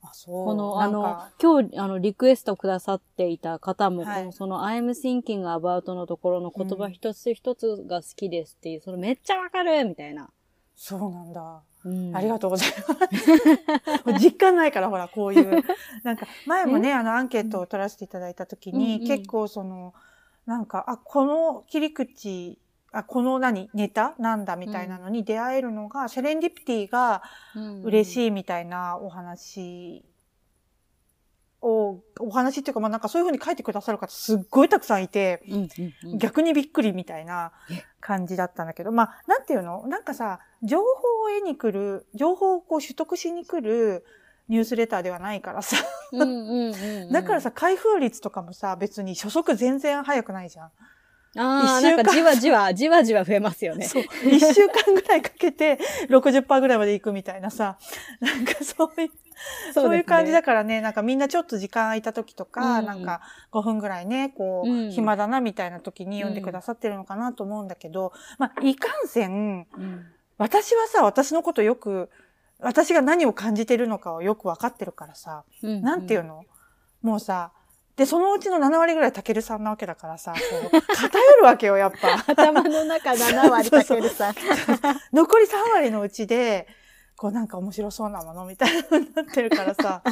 [SPEAKER 2] あ、そう。
[SPEAKER 1] この、
[SPEAKER 2] な
[SPEAKER 1] あ
[SPEAKER 2] ん
[SPEAKER 1] の
[SPEAKER 2] か、
[SPEAKER 1] 今日、あの、リクエストくださっていた方も、
[SPEAKER 2] はい
[SPEAKER 1] このその、I'm thinking about のところの言葉
[SPEAKER 2] うん
[SPEAKER 1] 一つ一つが好きですっていう、その、めっちゃわかるみたいな。
[SPEAKER 2] そうなんだ。
[SPEAKER 1] うん
[SPEAKER 2] ありがとうございます。実感ないから、ほら、こ ういう。なんか、前もね、あの、アンケートを取らせていただいたときに、
[SPEAKER 1] うんうん
[SPEAKER 2] 結構その、なんか、あ、この切り口、あ、この何、ネタなんだみたいなのに出会えるのが、セレンディピティが
[SPEAKER 1] うん
[SPEAKER 2] 嬉
[SPEAKER 1] い。
[SPEAKER 2] しいみたいなお話を、お話っていうか、まあなんかそういうふうに書いてくださる方すっごいたくさんいて、
[SPEAKER 1] うんうんうん
[SPEAKER 2] 逆にびっくりみたいな感じだったんだけど、まあ、なんていうのなんかさ、情報を得に来る、情報をこう取得しに来るニュースレターではないからさ。
[SPEAKER 1] うんうんうんうん
[SPEAKER 2] だからさ、開封率とかもさ、別に初速全然早くないじゃん。
[SPEAKER 1] ああ、
[SPEAKER 2] 一週
[SPEAKER 1] な
[SPEAKER 2] 間
[SPEAKER 1] んかじわじわ、じわじわ増えますよね。
[SPEAKER 2] そう。1週間ぐらいかけて60%ぐらいまで行くみたいなさ。なんかそういう、 そういう感じだ
[SPEAKER 1] か
[SPEAKER 2] からね、なんかみんなちょっと時間空いた時とか、
[SPEAKER 1] うん
[SPEAKER 2] なんか5分ぐらいね、こう、
[SPEAKER 1] うん
[SPEAKER 2] 暇だなみたいな時に読んでくださってるのかなと思うんだけど、まあ、いかんせん、
[SPEAKER 1] ら。うん
[SPEAKER 2] 私はさ、私のことよく、私が何を感じてるのかをよくわかってるからさ、
[SPEAKER 1] う
[SPEAKER 2] なんていう
[SPEAKER 1] の
[SPEAKER 2] の、もうさ、で、そのうちの7割ぐらいたけるさんなわけだからさ、こう 偏るわけよ、やっぱ。
[SPEAKER 1] 頭の中7割
[SPEAKER 2] そう
[SPEAKER 1] か
[SPEAKER 2] そ
[SPEAKER 1] け
[SPEAKER 2] う
[SPEAKER 1] るさ。
[SPEAKER 2] 残り3割のうちで、こうなんか面白そうなものみたいなのになってるから さ。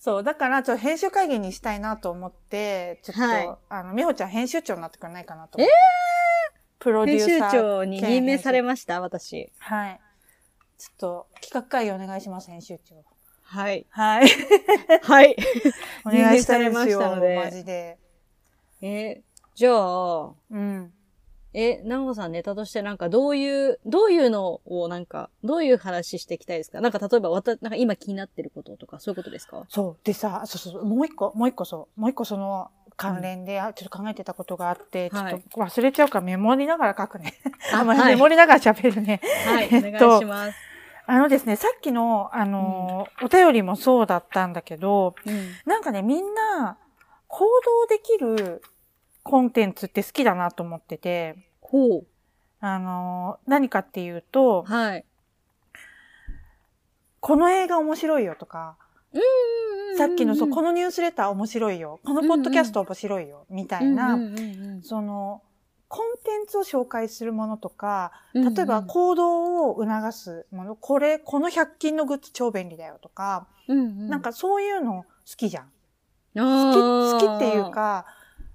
[SPEAKER 2] そう、だからちょっと編集会議にしたいなと思って、ちょっと、
[SPEAKER 1] はい
[SPEAKER 2] あの、美穂ちゃん編集長になってくれないかなと思
[SPEAKER 1] え
[SPEAKER 2] って。プロデュ
[SPEAKER 1] 編
[SPEAKER 2] ーサ
[SPEAKER 1] 集
[SPEAKER 2] ー。
[SPEAKER 1] 長に任命されました、私。
[SPEAKER 2] はい。ちょっと、企画会議お願いします、編集長。
[SPEAKER 1] はい。
[SPEAKER 2] はい。
[SPEAKER 1] はい。
[SPEAKER 2] お願いした
[SPEAKER 1] 任命され
[SPEAKER 2] いで
[SPEAKER 1] ますした
[SPEAKER 2] よ、
[SPEAKER 1] ので
[SPEAKER 2] マジで。
[SPEAKER 1] え、じゃあ、
[SPEAKER 2] うん。
[SPEAKER 1] え、なほさんネタとしてなんかどういう、どういうのをなんか、どういう話していきたいですかなんか例えばわた、なんか今気になってることとか、そういうことですか
[SPEAKER 2] そう。でさ、そうそうそう、もう一個、もう一個そう。もう一個その関連で、あちょっと考えてたことがあって、ちょ
[SPEAKER 1] は
[SPEAKER 2] っ
[SPEAKER 1] い
[SPEAKER 2] と忘れちゃうからメモりながら書くね。あ、まあ
[SPEAKER 1] はい、
[SPEAKER 2] メモりながら喋るね。
[SPEAKER 1] はい、
[SPEAKER 2] え
[SPEAKER 1] お
[SPEAKER 2] っと
[SPEAKER 1] 願いします。
[SPEAKER 2] あのですね、さっきの、あのーお便りもそうだったんだけど、
[SPEAKER 1] うん
[SPEAKER 2] なんかね、みんな、行動できるコンテンツって好きだなと思ってて、
[SPEAKER 1] ほう。
[SPEAKER 2] あのー何かっていうと、
[SPEAKER 1] はい。
[SPEAKER 2] この映画面白いよとか、さっきの、そう、こ
[SPEAKER 1] の、
[SPEAKER 2] のニュースレター面白いよ、このポッドキャスト面白いよ、みたいな、
[SPEAKER 1] うんうんうん
[SPEAKER 2] その、コンテンツを紹介するものとか、
[SPEAKER 1] うん
[SPEAKER 2] 例えば行動を促すもの、これ、この100均のグッズ超便利だよとか、
[SPEAKER 1] うんうん
[SPEAKER 2] なんかそういうの好きじゃん。好
[SPEAKER 1] 好
[SPEAKER 2] き、好きっていう、か、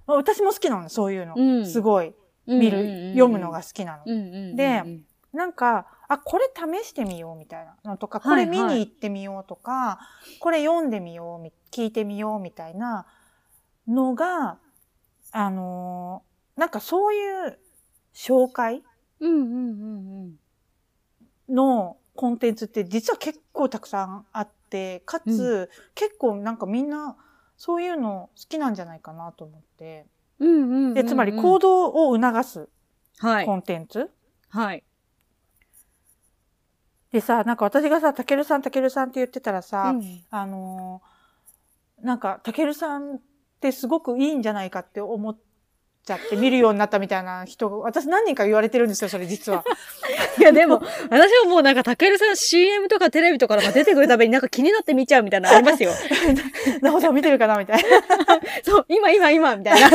[SPEAKER 2] まあ私も好きなの、そういうの。
[SPEAKER 1] うん
[SPEAKER 2] すごい、
[SPEAKER 1] うん
[SPEAKER 2] 見る、
[SPEAKER 1] うんうんうん
[SPEAKER 2] 読むのが、好きなの。
[SPEAKER 1] うんうんうんうん
[SPEAKER 2] でなんか、あ、これ試してみようみたいなのとか、こ
[SPEAKER 1] は
[SPEAKER 2] れ
[SPEAKER 1] いはい
[SPEAKER 2] 見に行ってみようとか、これ読んでみようみ、聞いてみようみたいなのが、あのーなんかそういう紹介
[SPEAKER 1] うんうんうんうん。
[SPEAKER 2] のコンテンツって実は結構たくさんあって、かつ、
[SPEAKER 1] う
[SPEAKER 2] 結構なんかみんなそういうの好きなんじゃないかなと思って。
[SPEAKER 1] うんうんうんうん
[SPEAKER 2] で、つまり行動を促す
[SPEAKER 1] はい
[SPEAKER 2] コ。ンテンツ、
[SPEAKER 1] はい。
[SPEAKER 2] でさ、なんか私がさ、たけるさん、たけるさんって言ってたらさ、
[SPEAKER 1] うん
[SPEAKER 2] あのーなんか、たけるさんってすごくいいんじゃないかって思ちゃって見るようになったみたいな人が、私何人か言われてるんですよ、それ 実は。
[SPEAKER 3] いや、 でも、私はもうなんか、たけるさん CM とかテレビとかなんか出てくるたびになんか気になって見ちゃうみたいなのあり ますよ。
[SPEAKER 2] なほさん見てるかなみたいな。
[SPEAKER 3] そう、今今今みたいな。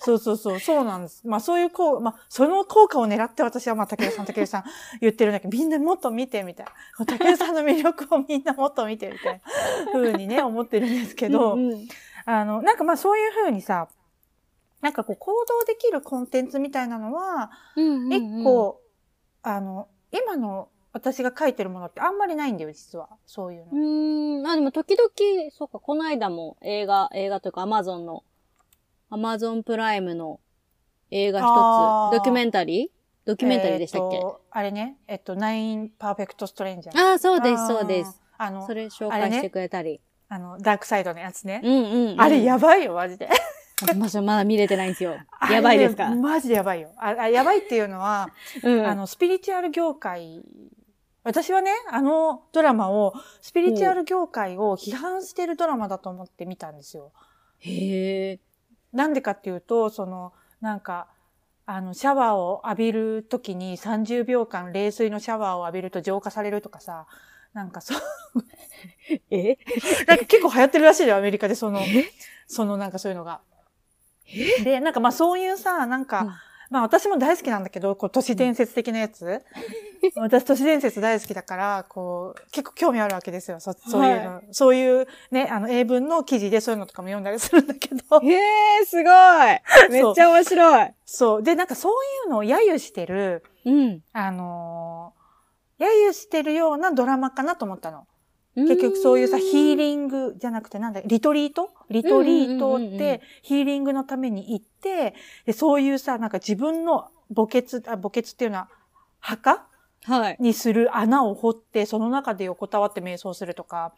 [SPEAKER 2] そうそうそう、そうなんです。まあそういうこう、まあその効果を狙って私はまあ竹内さん、竹内さん言ってるんだけど、みんなもっと見てみたいな。竹内さんの魅力をみんなもっと見てみたいな風にね、思ってるんですけど、
[SPEAKER 3] うんうん
[SPEAKER 2] あの、なんかまあそういう風にさ、なんかこう行動できるコンテンツみたいなのは、
[SPEAKER 1] うん
[SPEAKER 2] 一個、あの、今の私が書いてるものってあんまりないんだよ、実は。そういうの。
[SPEAKER 1] うーん、あ、でも時々、そうか、この間も映画、映画というか Amazon の、Amazon プライムの映画
[SPEAKER 2] あ
[SPEAKER 1] 一つ、
[SPEAKER 2] ー
[SPEAKER 1] ドキュメンタリードキュメンタリーでしたっけ、
[SPEAKER 2] えーとあれね、えっと、ナインパーフェクトストレンジャー。
[SPEAKER 1] ああ、そうです、
[SPEAKER 2] あー
[SPEAKER 1] そうです。。
[SPEAKER 2] あの
[SPEAKER 1] そ、れ紹介してくれたり。
[SPEAKER 2] あの、ダークサイドのやつね。
[SPEAKER 1] うんうん、うん。
[SPEAKER 2] あれやばいよ、マジで。
[SPEAKER 1] まだまだ見れてないんですよ。 やばいです
[SPEAKER 2] あ
[SPEAKER 1] か
[SPEAKER 2] れねマジでやばいよ。あ、あやばいっていうのは、
[SPEAKER 1] うん。
[SPEAKER 2] あの、スピリチュアル業界、私はね、あのドラマを、スピリチュアル業界を批判してるドラマだと思って見たんですよ。
[SPEAKER 1] へえ。
[SPEAKER 2] なんでかっていうと、その、なんか、あの、シャワーを浴びるときに30秒間冷水のシャワーを浴びると浄化されるとかさ、なんかそう、
[SPEAKER 3] え
[SPEAKER 2] なんか結構流行ってるらしいよ、アメリカでその、
[SPEAKER 3] え
[SPEAKER 2] そのなんかそういうのが。で、なんかまあそういうさ、なんか、
[SPEAKER 3] うん
[SPEAKER 2] まあ私も大好きなんだけど、こう都市伝説的なやつ。 私都市伝説大好きだから、こう、結構興味あるわけですよ。そそういうの、そういうね、あの英文の記事でそういうのとかも読んだりするんだけど。
[SPEAKER 3] へえ、すごいめっちゃ面白い
[SPEAKER 2] そう。で、なんかそういうのを揶揄してる、
[SPEAKER 1] うん。
[SPEAKER 2] あのー揶揄してるようなドラマかなと思ったの。
[SPEAKER 1] 結
[SPEAKER 2] 結局そういうさ、ヒーリングじゃなくてなんだ、リトリートリトリート
[SPEAKER 1] うんうんうん
[SPEAKER 2] っ
[SPEAKER 1] うんうん
[SPEAKER 2] てヒーリングのために行って、で、そういうさ、なんか自分の墓穴、あ墓穴っていうのは墓
[SPEAKER 3] はい。
[SPEAKER 2] にする穴を掘って、その中で横たわって瞑想するとか、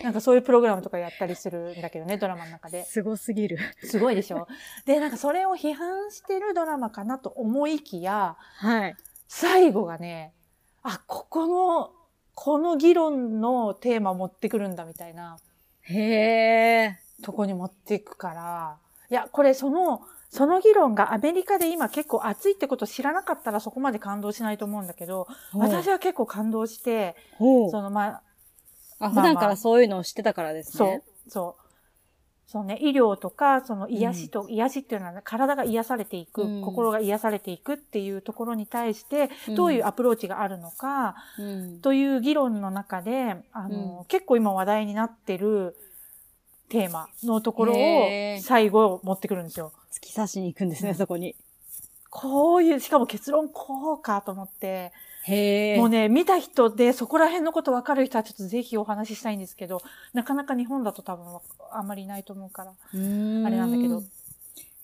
[SPEAKER 2] なんかそういうプログラムとかやったりするんだけどね、ドラマの中で。
[SPEAKER 3] すごすぎる。
[SPEAKER 2] すごいでしょで、なんかそれを批判してるドラマかなと思いきや、
[SPEAKER 3] はい。
[SPEAKER 2] 最後がね、あ、ここの、この議論のテーマ持ってくるんだみたいな
[SPEAKER 3] へえ。
[SPEAKER 2] とこに持っていくから、いや、これその、その議論がアメリカで今結構熱いってこと知らなかったらそこまで感動しないと思うんだけど、私は結構感動して、
[SPEAKER 3] ほう
[SPEAKER 2] そのまあ、
[SPEAKER 1] あ、普
[SPEAKER 2] まあ
[SPEAKER 1] 段
[SPEAKER 2] まあ
[SPEAKER 1] からそういうのを知ってたからです
[SPEAKER 2] そう
[SPEAKER 1] ね。、
[SPEAKER 2] そう。そうね、医療とか、その癒しと、癒しっていうのは体が癒されていく、
[SPEAKER 1] うん
[SPEAKER 2] 心が癒されていくっていうところに対して、
[SPEAKER 1] うん
[SPEAKER 2] どういうアプローチがあるのか、
[SPEAKER 1] うん。
[SPEAKER 2] という議論の中で、あの、結構今話題になってるテーマのところ
[SPEAKER 1] へ
[SPEAKER 2] を
[SPEAKER 1] ー
[SPEAKER 2] 最後持ってくるんですよ。
[SPEAKER 3] 突き刺しに行くんですね、そこに。
[SPEAKER 2] こういう、しかも結論こうかと思って、
[SPEAKER 3] へえ。
[SPEAKER 2] もうね、見た人でそこら辺のこと分かる人はちょっとぜひお話ししたいんですけど、なかなか日本だと多分あんまりいないと思うから、
[SPEAKER 3] うーん
[SPEAKER 2] あれなんだけど。。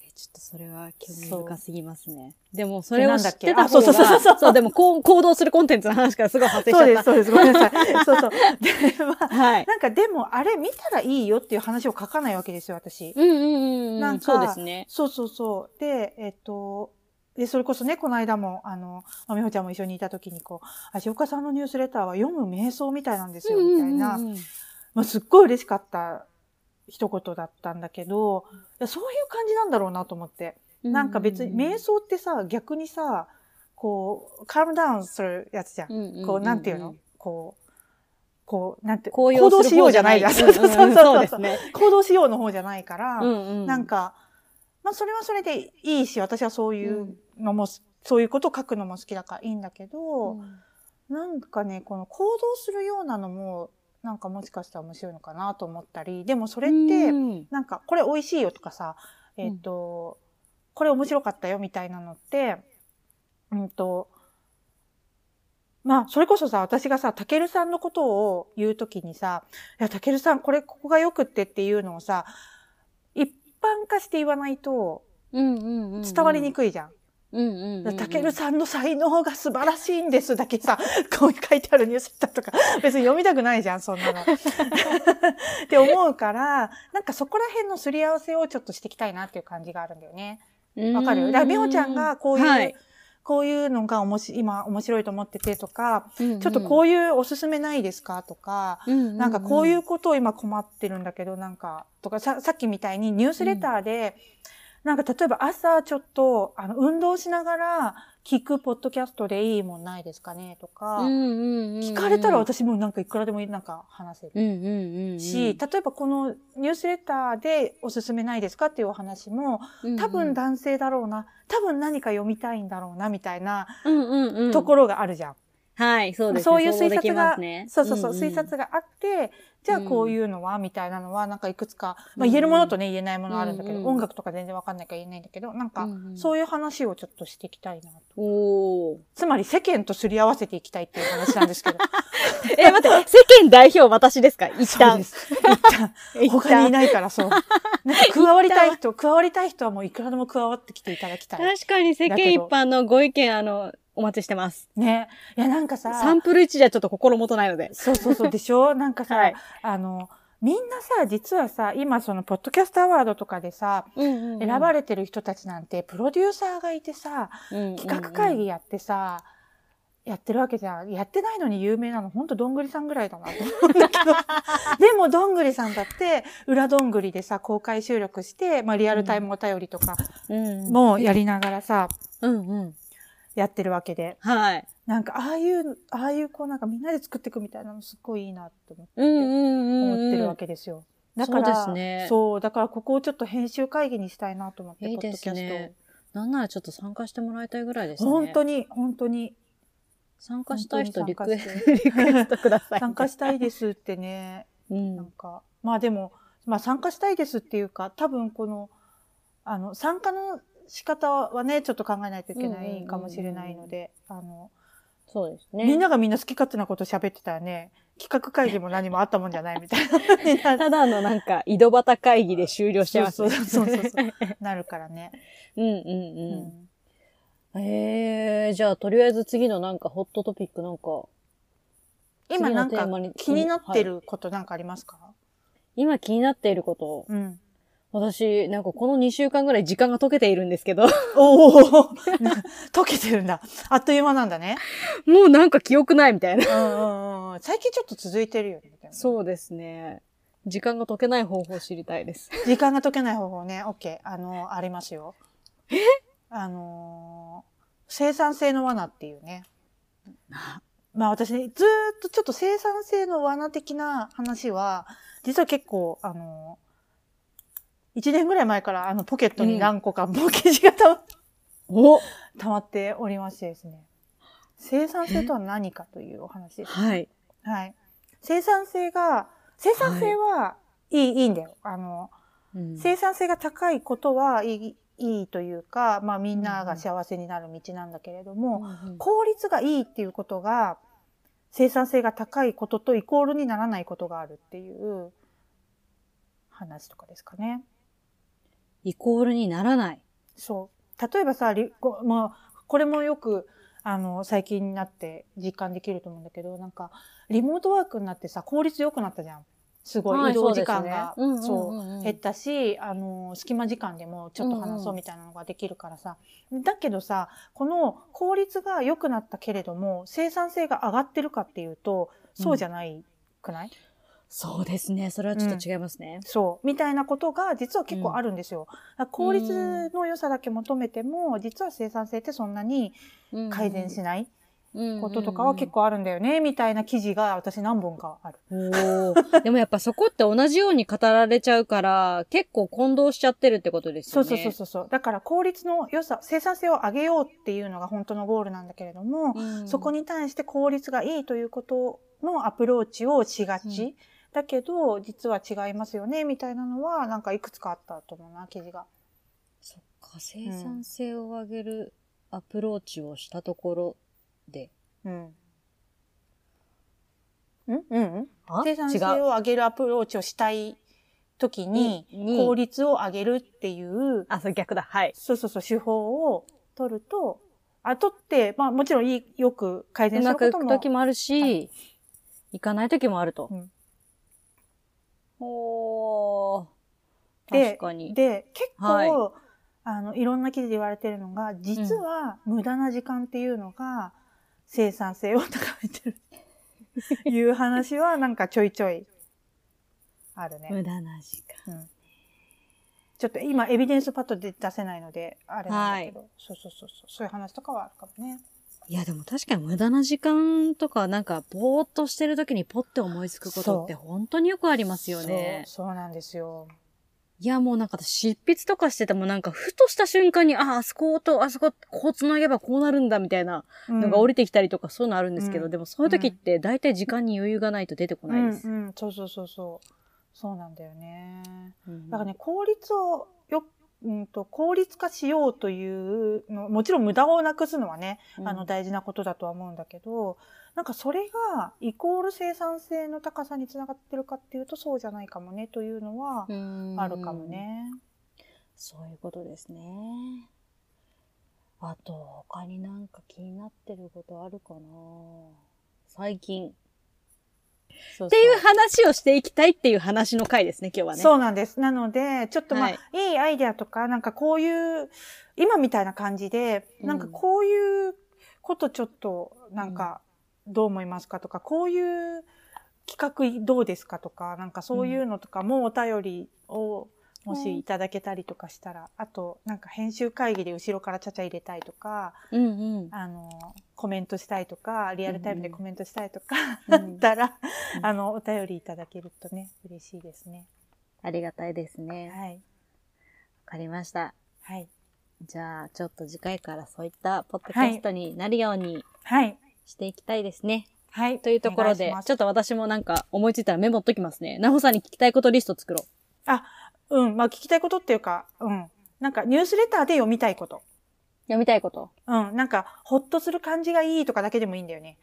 [SPEAKER 3] えちょっとそれは興味
[SPEAKER 2] そう
[SPEAKER 3] 深すぎますね。でもそれを知って
[SPEAKER 2] でな
[SPEAKER 3] た
[SPEAKER 2] ん
[SPEAKER 3] 方が、
[SPEAKER 2] だっけあそうそうそうそう
[SPEAKER 3] そう、でもこう行動するコンテンツの話からすごい発生しち
[SPEAKER 2] そう
[SPEAKER 3] ゃっ
[SPEAKER 2] で
[SPEAKER 3] た。
[SPEAKER 2] す、そうです。ごめんなさい。 そうそう。で、まあ、
[SPEAKER 3] はい。
[SPEAKER 2] なんかでもあれ見たらいいよっていう話を書かないわけですよ、私。
[SPEAKER 1] うんうんうんう。
[SPEAKER 2] なんん
[SPEAKER 1] そ
[SPEAKER 2] か
[SPEAKER 1] うですね。
[SPEAKER 2] そうそうそう。で、えっと、で、それこそね、この間も、あの、まあ美穂ちゃんも一緒にいた時に、こう、あ、塩岡さんのニュースレターは読む瞑想みたいなんですよ、みたいな、
[SPEAKER 1] うんうんうん
[SPEAKER 2] まあ、すっごい嬉しかった一言だったんだけど、いやそういう感じなんだろうなと思って。
[SPEAKER 1] う
[SPEAKER 2] なんか別に、瞑想ってさ、逆にさ、こう、カームダウンするやつじゃん。こう、なんていうのこう、こう、なんて、
[SPEAKER 1] 高
[SPEAKER 2] 行動しようじゃないじゃん。 そうそうそ
[SPEAKER 3] そ
[SPEAKER 2] う
[SPEAKER 3] う
[SPEAKER 2] そう
[SPEAKER 3] ですね。
[SPEAKER 2] 行動しようの方じゃないから、
[SPEAKER 1] うんうん。
[SPEAKER 2] なんか、まあそれはそれでいいし、私はそういうのも、そういうことを書くのも好きだからいいんだけ
[SPEAKER 1] う
[SPEAKER 2] ど、
[SPEAKER 1] ん、
[SPEAKER 2] なんかね、この行動するようなのも、なんかもしかしたら面白いのかなと思ったり、でもそれって、
[SPEAKER 1] うん
[SPEAKER 2] なんかこれ美味しいよとかさ、えっ、と、これ面白かったよみたいなのって、うんと、まあ、それこそさ、私がさ、たけるさんのことを言うときにさ、いや、たけるさん、これ、ここが良くってっていうのをさ、一般化して言わないと
[SPEAKER 1] うんうんうんうん。
[SPEAKER 2] 伝わりにくいじゃん。
[SPEAKER 1] うんうんうんうん。
[SPEAKER 2] たけるさんの才能が素晴らしいん ですだけさ、こう書いてあるニュースだとか、別に読みたくないじゃん、そんなの。 って思うから、なんかそこら辺のすり合わせをちょっとしていきたいなっていう感じがあるんだよね。わかるだから、みほちゃんがこういう、
[SPEAKER 3] はい
[SPEAKER 2] こういうのがおもし今面白いと思っててとか、
[SPEAKER 1] うんうん、
[SPEAKER 2] ちょっとこういうおすすめないですかとか、
[SPEAKER 1] うんうんうん、
[SPEAKER 2] なんかこういうことを今困ってるんだけど、なんか、とかさ、さっきみたいにニュースレターで、なんか例えば朝ちょっと、あの、運動しながら聞くポッドキャストでいいもんないですかねとか、聞
[SPEAKER 3] 聞
[SPEAKER 2] かれたら私もなんかいくらでもなんか話せる。
[SPEAKER 1] うんうんうん。
[SPEAKER 2] し、例えばこのニュースレターでおすすめないですかっていうお話も、多分男性だろうな、多分何か読みたいんだろうなみたいな
[SPEAKER 1] うんうんうん。
[SPEAKER 2] ところがあるじゃん。
[SPEAKER 1] はい、そうですね。
[SPEAKER 2] そういう推
[SPEAKER 1] 想像でき
[SPEAKER 2] 察
[SPEAKER 1] ま
[SPEAKER 2] が
[SPEAKER 1] すね、
[SPEAKER 2] そうそうそう、
[SPEAKER 1] んん
[SPEAKER 2] 推察があって、じゃあこういうのは、みたいなのは、なんかいくつか、まあ
[SPEAKER 1] うん
[SPEAKER 2] 言えるものとね、言えないものあるんだけ
[SPEAKER 1] う
[SPEAKER 2] ど、
[SPEAKER 1] んうん
[SPEAKER 2] 音楽とか全然わかんないから言えないんだけど、なんか
[SPEAKER 1] うんう、ん
[SPEAKER 2] そういう話をちょっとしていきたいなと。
[SPEAKER 1] おー。
[SPEAKER 2] つまり世間とすり合わせていきたいっていう話なんですけど。
[SPEAKER 1] え、待って、世間代表私ですか 一
[SPEAKER 2] そう
[SPEAKER 1] 旦
[SPEAKER 2] で。す。一旦。
[SPEAKER 1] 一
[SPEAKER 2] 他にい
[SPEAKER 1] 旦。
[SPEAKER 2] ないからそう。なんか加わりたい人、加わりたい人はもういくらでも加わってきていただきたい。
[SPEAKER 3] 確かに世
[SPEAKER 2] だけ
[SPEAKER 3] 間一
[SPEAKER 2] ど
[SPEAKER 3] 般のご意見、あの、お待ちしてます。
[SPEAKER 2] ね。いや、なんかさ、
[SPEAKER 3] サンプル1じゃちょっと心もとないので。
[SPEAKER 2] そうそうそうでしょなんかさ、
[SPEAKER 3] はい
[SPEAKER 2] あの、みんなさ、実はさ、今その、ポッドキャストアワードとかでさ、
[SPEAKER 1] 選
[SPEAKER 2] 選ばれてる人たちなんて、プロデューサーがいてさ、企画会議やってさ、やってるわけじゃん。やってないのに有名なの、ほんとどんぐりさんぐらいだなと思うんだけ ど。でも、どんぐりさんだって、裏どんぐりでさ、公開収録して、まあ、リアルタイムお便りとか
[SPEAKER 3] うん。
[SPEAKER 2] もやりながらさ、
[SPEAKER 3] うんうん。
[SPEAKER 2] やってるわけで。
[SPEAKER 3] はい。
[SPEAKER 2] なんか、ああいう、ああいう、こう、なんかみんなで作っていくみたいなのすっごいいいなって思って。
[SPEAKER 3] うんうんうん。
[SPEAKER 2] 思ってるわ
[SPEAKER 3] け。
[SPEAKER 2] けですよ。
[SPEAKER 3] ん
[SPEAKER 2] だから、
[SPEAKER 3] そうですね
[SPEAKER 2] そうだからここをちょっと編集会議にしたいなと思って、
[SPEAKER 3] いいですね
[SPEAKER 2] ポ。
[SPEAKER 3] なんならちょっと参加してもらいたいぐらいで
[SPEAKER 2] ッドキャスト
[SPEAKER 3] す
[SPEAKER 2] を。
[SPEAKER 3] ね。
[SPEAKER 2] 本当に、本当に。
[SPEAKER 3] 参加したい人リ
[SPEAKER 2] 本
[SPEAKER 3] ク
[SPEAKER 2] 当
[SPEAKER 3] エ
[SPEAKER 2] に
[SPEAKER 3] ス
[SPEAKER 2] 参加し
[SPEAKER 3] ト、リクエストください。
[SPEAKER 2] 参加したいですってね、
[SPEAKER 3] う
[SPEAKER 2] なん
[SPEAKER 3] ん。
[SPEAKER 2] か、まあでも、まあ参加したいですっていうか、多分この、あの、参加の仕方はね、ちょっと考えないといけないかもしれないので、あの、
[SPEAKER 1] そうですね。
[SPEAKER 2] みんながみんな好き勝手なこと喋ってたらね、企画会議も何もあったもんじゃないみたいなになる。
[SPEAKER 1] ただのなんか、井戸端会議で終了しちゃいます
[SPEAKER 2] そう
[SPEAKER 1] ね。
[SPEAKER 2] そうそうそうそう。なるからね。
[SPEAKER 1] うんうん
[SPEAKER 2] う
[SPEAKER 1] うん。ええじゃあ、とりあえず次のなんかホットトピックなんか、
[SPEAKER 2] 今なん
[SPEAKER 1] 次のテ
[SPEAKER 2] か
[SPEAKER 1] ーマに
[SPEAKER 2] 気になってることなんかありますか、
[SPEAKER 1] 今気になっていること、
[SPEAKER 2] うん。
[SPEAKER 1] 私、なんかこの2週間ぐらい時間が解けているんです けど、
[SPEAKER 2] おお 溶けてるんだ。あっという間なんだね。
[SPEAKER 3] もうなんか記憶ないみたいな。
[SPEAKER 2] うんうんうん。最近ちょっと続いてるよね。でも
[SPEAKER 3] そうですね。時間が解けない方法を知りたいです。
[SPEAKER 2] 時間が解けない方法ね、OK。あの、ありますよ。えあのー生産性の罠っていうね。まあ私ね、ずーっとちょっと生産性の罠的な話は、実は結構、あのー、1年ぐらい前からあのポケットに何個かもう記事が溜ま っ
[SPEAKER 3] お
[SPEAKER 2] 溜まっておりましてですね。生産性とは何かというお話です。
[SPEAKER 3] はい。
[SPEAKER 2] はい。生産性が、生産性はいい、い、いんだよ。あの、
[SPEAKER 3] うん
[SPEAKER 2] 生産性が高いことはいい、いいというか、まあみんなが幸せになる道なんだけれども、効率がいいっていうことが、生産性が高いこととイコールにならないことがあるっていう話とかですかね。
[SPEAKER 3] イコールにならない。
[SPEAKER 2] そう。例えばさ、りこまあ、これもよく、あの、最近になって実感できると思うんだけど、なんか、リモートワークになってさ、効率良くなったじゃん。すご、
[SPEAKER 1] はいい
[SPEAKER 2] 移動時間が。
[SPEAKER 1] そうですねうんうん
[SPEAKER 2] そ
[SPEAKER 1] うんうん
[SPEAKER 2] う、減ったし、あの、隙間時間でもちょっと話そうみたいなのができるからさ。だけどさ、この効率が良くなったけれども、生産性が上がってるかっていうと、そうじゃないくない、
[SPEAKER 3] そうですね。それはちょっと違いますね。
[SPEAKER 2] そう。みたいなことが実は結構あるんですよ。だから効率の良さだけ求めても、実は生産性ってそんなに改善しないこととかは結構あるんだよね、みたいな記事が私何本かある。
[SPEAKER 3] おー でもやっぱそこって同じように語られちゃうから、結構混同しちゃってるってことです
[SPEAKER 2] そ
[SPEAKER 3] よ
[SPEAKER 2] う
[SPEAKER 3] ね。
[SPEAKER 2] そうそうそうそう。だから効率の良さ、生産性を上げようっていうのが本当のゴールなんだけれども、
[SPEAKER 3] うん
[SPEAKER 2] そこに対して効率がいいということのアプローチをしがち。
[SPEAKER 3] う
[SPEAKER 2] だけど、実は違いますよね、みたいなのは、なんかいくつかあったと思うな、記事が。
[SPEAKER 3] そっか、生産性を上げるアプローチをしたところで。
[SPEAKER 2] うん。んうん
[SPEAKER 3] あ
[SPEAKER 2] 生産
[SPEAKER 3] 違
[SPEAKER 2] 性
[SPEAKER 3] う。
[SPEAKER 2] を上げるアプローチをしたい時に、
[SPEAKER 3] に
[SPEAKER 2] 効率を上げるっていう、
[SPEAKER 3] あ、それ逆だ。はい。
[SPEAKER 2] そうそうそう、手法を取ると、あ、取って、まあもちろんいい、よく改
[SPEAKER 3] う
[SPEAKER 2] 善す
[SPEAKER 3] ま
[SPEAKER 2] る
[SPEAKER 3] く
[SPEAKER 2] こ
[SPEAKER 3] い
[SPEAKER 2] と
[SPEAKER 3] く
[SPEAKER 2] も。
[SPEAKER 3] 時もあるし、行かない時もあると。
[SPEAKER 2] うん
[SPEAKER 3] おー。
[SPEAKER 2] で
[SPEAKER 3] 確かに。
[SPEAKER 2] で、結構、
[SPEAKER 3] はい
[SPEAKER 2] あの、いろんな記事で言われてるのが、実は無駄な時間っていうのが生産性を高めてる。いう話はなんかちょいちょいあるね。
[SPEAKER 3] 無駄な時間。
[SPEAKER 2] うんちょっと今エビデンスパッとで出せないので、あれなんだけど、そうそうそうそう、そういう話とかはあるかもね。
[SPEAKER 1] いや、でも確かに無駄な時間とか、なんか、ぼーっとしてる時にポッて思いつくことって本当によくありますよね。
[SPEAKER 2] そう。そうなんですよ。
[SPEAKER 1] いや、もうなんか私執筆とかしててもなんか、ふとした瞬間に、あ、あそこと、あそこ、こう繋げばこうなるんだ、みたいなのが降
[SPEAKER 2] り
[SPEAKER 1] りてきたりとか、そういうのあるんですけど、
[SPEAKER 2] うん
[SPEAKER 1] でもそういう時って大体時間に余裕がないと出てこないです。
[SPEAKER 2] うん、うん、そうそうそうそう。そうなんだよね。
[SPEAKER 1] うん
[SPEAKER 2] だからね、効率をよ、うんと、効率化しようというの、もちろん無駄をなくすのはね、
[SPEAKER 1] うん
[SPEAKER 2] あの、大事なことだとは思うんだけど、なんかそれがイコール生産性の高さにつながってるかっていうとそうじゃないかもねというのは
[SPEAKER 1] うん
[SPEAKER 2] あるかも。ね。
[SPEAKER 4] そういうことですね。あと、他になんか気になってることあるかな最近。そうそう
[SPEAKER 1] っていう話をしていきたいっていう話の回ですね、今日はね。
[SPEAKER 2] そうなんです。なので、ちょっとまあ、
[SPEAKER 1] はい
[SPEAKER 2] い、いアイデアとか、なんかこういう、今みたいな感じで、
[SPEAKER 4] うん
[SPEAKER 2] なんかこういうことちょっと、なんか、どう思いますかとか、こういう企画どうですかとか、なんかそういうのとかもお便りを、も
[SPEAKER 4] うん
[SPEAKER 2] しいただけたりとかしたら、あと、なんか編集会議で後ろからちゃちゃ入れたいとか、
[SPEAKER 1] うんうん。
[SPEAKER 2] あの、コメントしたいとか、リアルタイムでコメントしたいとか、
[SPEAKER 1] う
[SPEAKER 2] だ
[SPEAKER 1] ん
[SPEAKER 2] ったら
[SPEAKER 1] う、ん
[SPEAKER 2] あの、お便りいただけるとね、嬉しいですね。
[SPEAKER 4] ありがたいですね。わ
[SPEAKER 2] はい。
[SPEAKER 4] かりました。
[SPEAKER 2] はい。
[SPEAKER 4] じゃあ、ちょっと次回からそういったポッドキャストになるように
[SPEAKER 2] はい。
[SPEAKER 4] していきたいですね。
[SPEAKER 2] はい。
[SPEAKER 1] というところ
[SPEAKER 2] お願い
[SPEAKER 1] で
[SPEAKER 2] しま、す
[SPEAKER 1] ちょっと私もなんか思いついたらメモっときますね。なほさんに聞きたいことリスト作ろ
[SPEAKER 2] うん。まあ、聞きたいことっていうか、うん。なんか、ニュースレターで読みたいこと。
[SPEAKER 4] 読みたいこと。
[SPEAKER 2] うん。なんか、ほっとする感じがいいとかだけでもいいんだよね。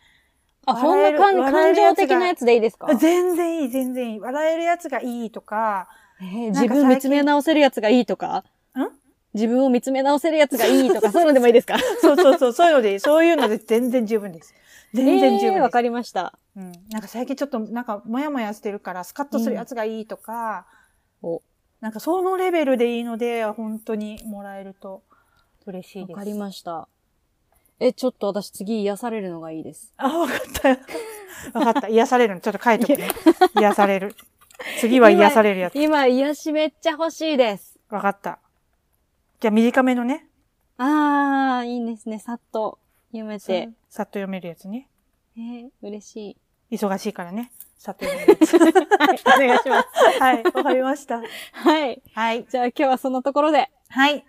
[SPEAKER 4] あ、そん
[SPEAKER 2] 笑
[SPEAKER 4] な
[SPEAKER 2] える
[SPEAKER 4] 感
[SPEAKER 2] 笑え
[SPEAKER 4] 感
[SPEAKER 2] るや
[SPEAKER 4] 情
[SPEAKER 2] つが
[SPEAKER 4] 的なやつでいいですか
[SPEAKER 2] 全然いい、全然いい。笑えるやつがいいとか、
[SPEAKER 1] う。
[SPEAKER 2] なんか
[SPEAKER 1] 自分を見つめ直せるやつがいいとか
[SPEAKER 2] ん
[SPEAKER 1] 自分を見つめ直せるやつがいいとか、そういうのでもいいですか
[SPEAKER 2] そうそうそう、そういうのでいい、 そういうので全然十分です。全然十
[SPEAKER 1] えー
[SPEAKER 2] 分
[SPEAKER 1] わ
[SPEAKER 2] です。
[SPEAKER 1] かりました。
[SPEAKER 2] うん。なんか最近ちょっと、なんか、もやもやしてるから、スカッとするやつがいいとか、
[SPEAKER 1] うんお
[SPEAKER 2] なんか、そのレベルでいいので、本当にもらえると嬉しい
[SPEAKER 1] わ
[SPEAKER 2] です。
[SPEAKER 1] かりました。え、ちょっと私次癒されるのがいいです。
[SPEAKER 2] あ、わかった。わかった。癒されるの。ちょっと書いとくね。癒される。次は癒されるやつ。
[SPEAKER 1] 今、癒しめっちゃ欲しいです。
[SPEAKER 2] わかった。じゃあ短めのね。
[SPEAKER 1] あー、いいですね。さっと読めて。
[SPEAKER 2] さっと読めるやつね。
[SPEAKER 1] えー、嬉しい。
[SPEAKER 2] 忙しいからね。さっと読めるやつ。
[SPEAKER 1] はい、お 願いします。
[SPEAKER 2] はい。わかりました。
[SPEAKER 1] はい。
[SPEAKER 2] はい。
[SPEAKER 1] じゃあ今日はそんなところで。
[SPEAKER 2] はい。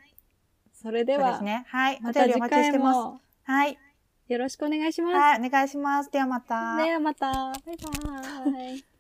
[SPEAKER 1] それで
[SPEAKER 2] そうで
[SPEAKER 1] は、
[SPEAKER 2] すね。はい。お
[SPEAKER 1] また
[SPEAKER 2] 便り
[SPEAKER 1] 次
[SPEAKER 2] お待ちし
[SPEAKER 1] 回
[SPEAKER 2] てます。
[SPEAKER 1] も
[SPEAKER 2] はい。
[SPEAKER 1] よろしくお願いします。
[SPEAKER 2] はい。お願いします。ではまた。
[SPEAKER 1] ではまた。バイバーイ。